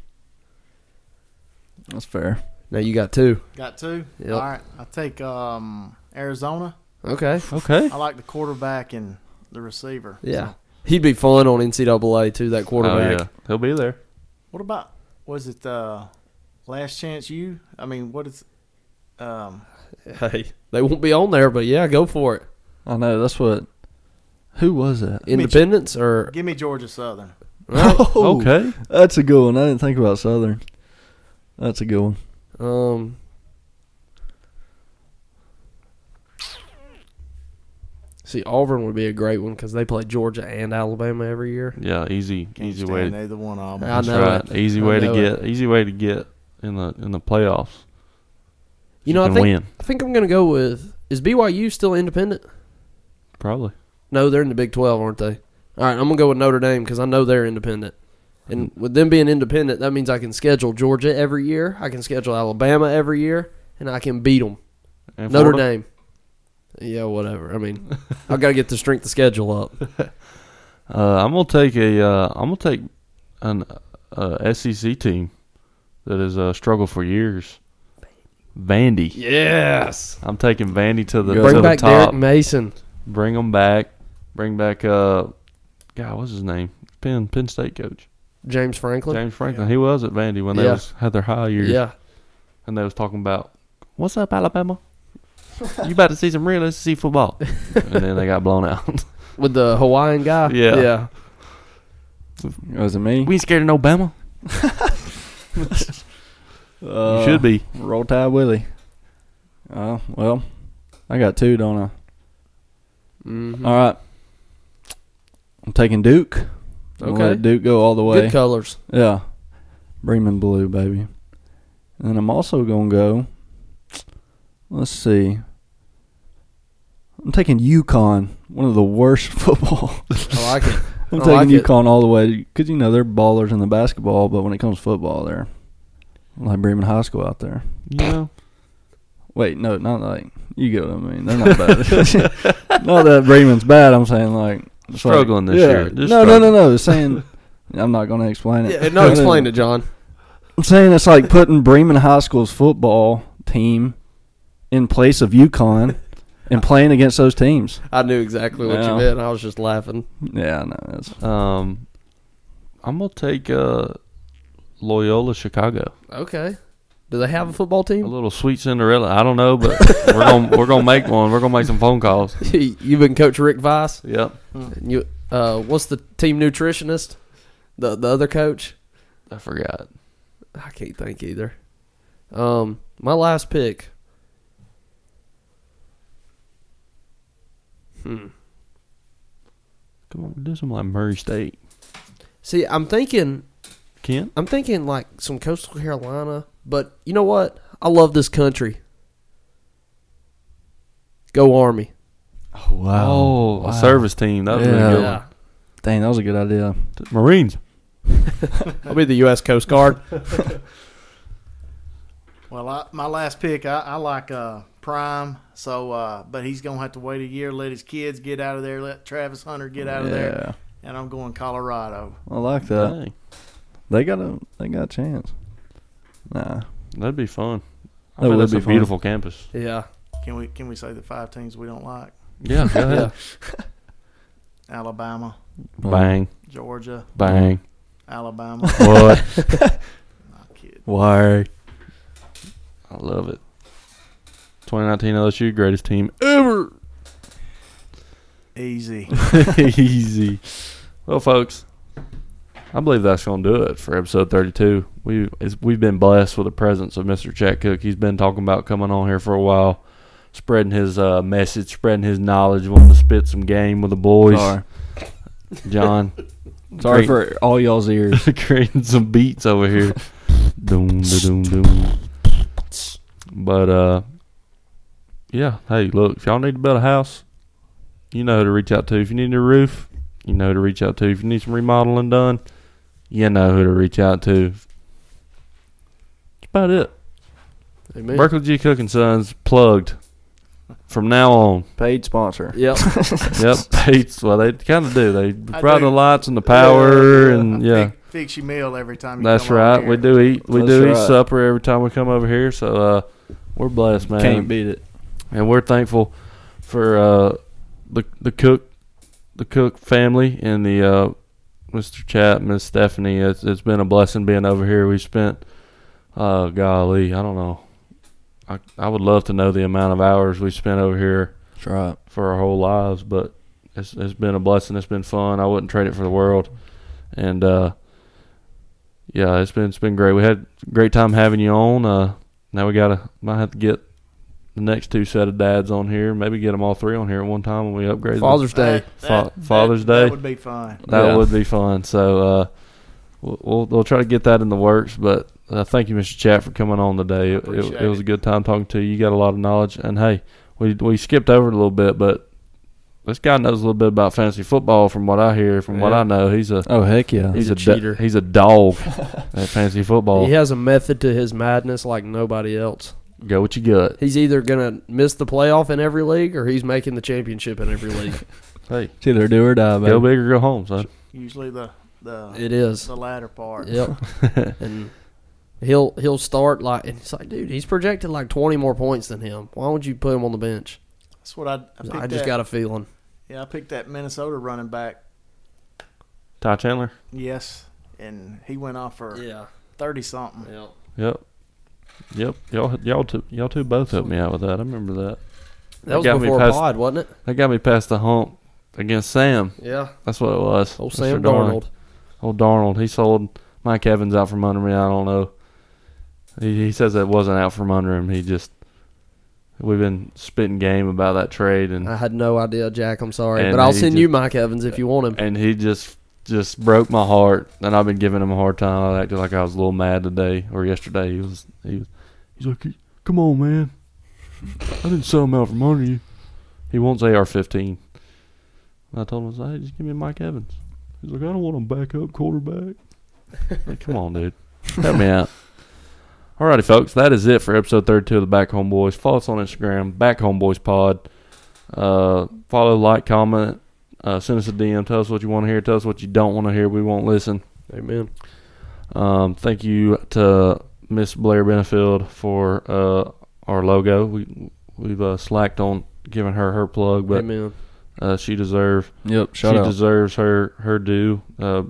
B: That's fair.
C: Now you got two.
D: Got two.
C: Yep.
D: All right, I take um, Arizona.
C: Okay.
A: Okay.
D: I like the quarterback and the receiver.
C: Yeah. He'd be fun on NCAA too. That
A: Oh,
C: quarterback.
A: yeah. He'll be there.
D: What about was it uh, Last Chance You? I mean, what is um,
C: Hey, they won't be on there, but yeah, go for it.
B: I know that's what. Who was that?
D: Mitch-
C: Independence or
D: give me Georgia Southern.
B: Oh,
A: Okay.
B: that's a good one. I didn't think about Southern. That's a good one.
C: um. See, Auburn would be a great one because they play Georgia and Alabama every year.
A: Yeah, easy,
D: Can't
A: easy
D: stand
A: way. To,
D: Neither one of them.
C: I
A: that's
C: know
A: right.
C: it.
A: Easy
C: I
A: way to
C: know
A: get.
C: it.
A: Easy way to get in the in the playoffs.
C: You know, I
A: can
C: think
A: win
C: I think I'm gonna go with is BYU still independent?
A: probably.
C: No, they're in the Big Twelve, aren't they? All right, I'm gonna go with Notre Dame because I know they're independent. And
A: Mm-hmm.
C: with them being independent, that means I can schedule Georgia every year. I can schedule Alabama every year, and I can beat them.
A: And
C: Notre
A: Florida?
C: Dame. Yeah, whatever. I mean, I gotta get the strength of schedule up.
A: Uh, I'm gonna take a. Uh, I'm gonna take an uh, SEC team that has uh, struggled for years. Vandy.
C: Yes.
A: I'm taking Vandy to the,
B: Go.
A: to
C: Bring
A: the
C: back
A: top.
C: Derek Mason.
A: Bring them back. Bring back. Uh, God, what's his name? Penn Penn State coach
C: James Franklin.
A: James Franklin. He was at Vandy when they
C: Yeah.
A: was, had their high years.
C: Yeah.
A: and they was talking about what's up Alabama. you about to see some real SEC football, and then they got blown out.
C: With the Hawaiian guy.
A: Yeah.
C: Yeah.
B: Was it me?
A: we ain't scared of no Bama.
B: Uh,
A: you should be.
B: Roll Tide Willie. Uh, well, I got two, don't I?
C: Mhm.
B: Mm-hmm. All right. I'm taking Duke. I'm gonna
C: Okay.
B: let Duke go all the way.
C: Good colors.
B: Yeah. Bremen Blue, baby. And I'm also going to go. Let's see. I'm taking UConn, one of the worst football.
C: I like it.
B: I'm
C: I
B: taking
C: like it.
B: UConn all the way because, you know, they're ballers in the basketball, but when it comes to football, they're like Bremen High School out there.
A: You know,
B: Wait, no, not like. You get what I mean. They're not bad. not that Bremen's bad. I'm saying, like. it's like-
A: Struggling this
B: yeah.
A: year. They're
B: No, no, no,
A: struggling.
B: no. Saying. I'm not going to explain it.
C: Yeah, no, explain it, John.
B: I'm saying it's like putting Bremen High School's football team in place of UConn and playing against those teams.
C: I knew exactly what
B: No.
C: you meant. I was just laughing.
B: Yeah, no, that's
A: um, I'm gonna take uh, Loyola Chicago.
C: Okay. Do they have a football
A: A
C: team?
A: little sweet Cinderella. I don't know, but we're gonna we're gonna make one. We're gonna make some phone calls.
C: You've been Coach Rick Vice.
A: Yep.
C: And you, uh, what's the team nutritionist? The the other coach.
A: I forgot.
C: I can't think either. Um, my last pick. Hmm.
A: Come on, do some like Murray State.
C: See, I'm thinking,
A: Kent.
C: I'm thinking like some coastal Carolina, but you know what? I love this country. Go Army.
B: wow.
A: oh, a service team. That was
B: Yeah.
A: a good
C: Yeah.
B: Dang, that was a good idea.
A: one. Marines.
C: I'll be the U.S. Coast Guard.
D: Well, I, my last pick, I, I like uh, Prime. So, uh, but he's gonna have to wait a year. Let his kids get out of there. Let Travis Hunter get out of there.
B: yeah,
D: And I'm going Colorado.
B: I like that.
A: Dang,
B: They got a they got a chance. Nah,
A: that'd be fun. I
B: That
A: mean,
B: would
A: that's
B: be
A: a
B: fun.
A: beautiful campus.
C: Yeah.
D: Can we can we say the five teams we don't like?
A: Yeah. go ahead.
C: Yeah.
D: Alabama,
A: Bang,
D: Georgia,
A: bang.
D: Alabama.
A: What?
D: I'm kidding.
B: why?
A: I love it. 2019 LSU greatest team
D: Easy.
A: Easy. Well, folks, I believe that's going to do it for episode 32. We it's, we've been blessed with the presence of Mr. Chet Cook. He's been talking about coming on here for a while, spreading his uh, message, spreading his knowledge, wanting to spit some game with the boys.
B: Sorry,
A: John,
B: sorry
A: Great.
B: for all y'all's ears.
A: creating some beats over here. doom, doom, doom. But uh, yeah. Hey, look, if y'all need to build a house, you know who to reach out to. If you need a roof, you know who to reach out to. If you need some remodeling done, you know who to reach out to. That's about it.
C: Amen.
A: Berkeley G Cooking Sons plugged. From now on,
B: Paid sponsor.
C: Yep.
A: yep. It's, well, they kind of do. They
D: I
A: provide the
D: do.
A: lights and the power, and
D: I
A: yeah.
D: fix, fix your meal every time. you
A: That's
D: come
A: right.
D: On
A: We
D: here.
A: do eat. We
B: That's
A: do
B: right.
A: eat supper every time we come over here. So uh, we're blessed, man.
B: Can't beat it.
A: And we're thankful for uh, the the cook the Cook family and the uh, Mr. Chap, Miss Stephanie. It's, it's been a blessing being over here. We spent, uh, golly, I don't know. I, I would love to know the amount of hours we spent over here
B: That's right.
A: for our whole lives, but it's it's been a blessing. It's been fun. I wouldn't trade it for the world. And uh, yeah, it's been it's been great. We had a great time having you on. Uh, now we gotta might have to get the next two set of dads on here. Maybe get them all three on here at one time when we upgrade. them.
C: Father's Day.
D: That-
A: Fa-
D: that-
A: Father's
D: that-
A: Day?
D: That would be fine.
A: That
B: Yeah.
A: would be fun. So uh, we'll, we'll we'll try to get that in the works. But uh, thank you, Mr. Chat, for coming on today. It, it,
D: appreciate
A: it was
D: it.
A: a good time talking to you. You got a lot of knowledge, and hey, we we skipped over it a little bit, but this guy knows a little bit about fantasy football. From what I hear, from what
C: Yeah.
A: I know, he's a
B: Oh heck yeah.
A: he's,
C: He's
A: a,
C: a
A: do-
C: cheater.
A: he's a dog at fantasy football.
C: He has a method to his madness like nobody else.
A: Go with your gut.
C: He's either gonna miss the playoff in every league, or he's making the championship in every league.
A: Hey,
B: It's either do or die,
A: go
B: baby.
A: big or go home, son.
D: Usually the the
C: it is.
D: the latter part.
C: Yep. and he'll he'll start like and it's like, dude, he's projected like twenty more points than him. Why would you put him on the bench?
D: That's what I. I, picked
C: I just
D: that,
C: got a feeling.
D: Yeah, I picked that Minnesota running back.
A: Ty Chandler.
D: Yes, and he went off for
C: Yeah.
D: thirty something.
C: Yep.
A: Yep. Yep. Y'all y'all two y'all two both helped me out with that. I remember that.
C: That was
A: Got me
C: before
A: past-
C: pod, wasn't it?
A: That got me past the hump against Sam.
C: Yeah.
A: That's what it was.
C: Old
A: Mr. Darnold.
C: Sam Darnold.
A: Old Darnold. He sold Mike Evans out from under me. I don't know. He, he says it wasn't out from under him. He just we've been spitting game about that trade, and
C: I had no idea, Jack. I'm sorry,
A: And
C: but I'll
A: he
C: send
A: just-
C: you Mike Evans if you want him.
A: and he just just broke my heart. And I've been giving him a hard time. I acted like I was a little mad today or yesterday. He was he was he's like, "Come on, man, I didn't sell him out from under you." He wants AR-15. And I told him, I was like, "Hey, just give me Mike Evans." He's like, "I don't want him backup quarterback." Like, come on, dude. Help me out. Alrighty, folks. That is it for episode 32 of the Back Home Boys. Follow us on Instagram, Back Home Boys Pod. Uh, follow, like, comment, uh, send us a DM. Tell us what you want to hear. Tell us what you don't want to hear. We won't listen.
C: Amen.
A: Um, thank you to Miss Blair Benefield for uh, our logo. We we've uh, slacked on giving her her plug, but
C: Amen.
A: uh, she deserves
B: Yep.
A: she
B: Shout out.
A: deserves her her due. Uh,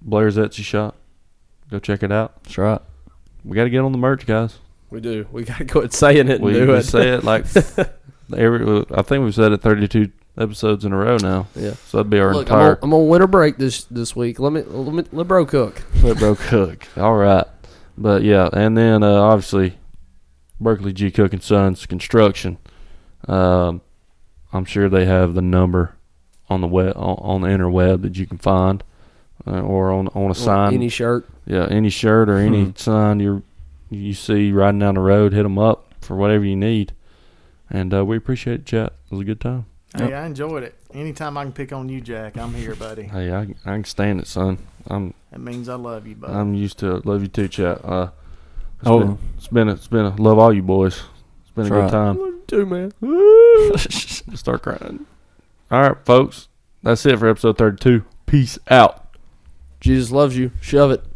A: Blair's Etsy shop. Go check it out.
B: That's right.
A: We got to get on the merch, guys.
C: We do. We gotta go and saying it and
A: we,
C: do
A: we
C: it.
A: say it like every. I think we've said it 32 episodes in a row now.
C: Yeah.
A: So that'd be our
C: Look, I'm
A: entire.
C: on, I'm on winter break this this week. Let me let me let bro cook.
A: Let Bro cook. All right. But yeah, and then uh, obviously Berkeley G Cook and Sons Construction. Um, I'm sure they have the number on the web on, on the interweb that you can find, uh, or on on a sign.
C: any shirt.
A: yeah, any shirt or any sign you you see riding down the road, hit them up for whatever you need. And uh, we appreciate it, chat. It was a good time.
D: Hey, I enjoyed it. Anytime I can pick on you, Jack, I'm here, buddy.
A: Hey, I, I can stand it, son. I'm
D: That means I love you, buddy.
A: I'm used to it. Love you too, chat. Uh, it's
B: Oh.
A: been- It's been a, it's been a, love all you boys. It's been a
B: That's
A: good time.
C: Do man.
A: Start crying. All right, folks. That's it for episode 32. Peace out.
C: Jesus loves you. Shove it.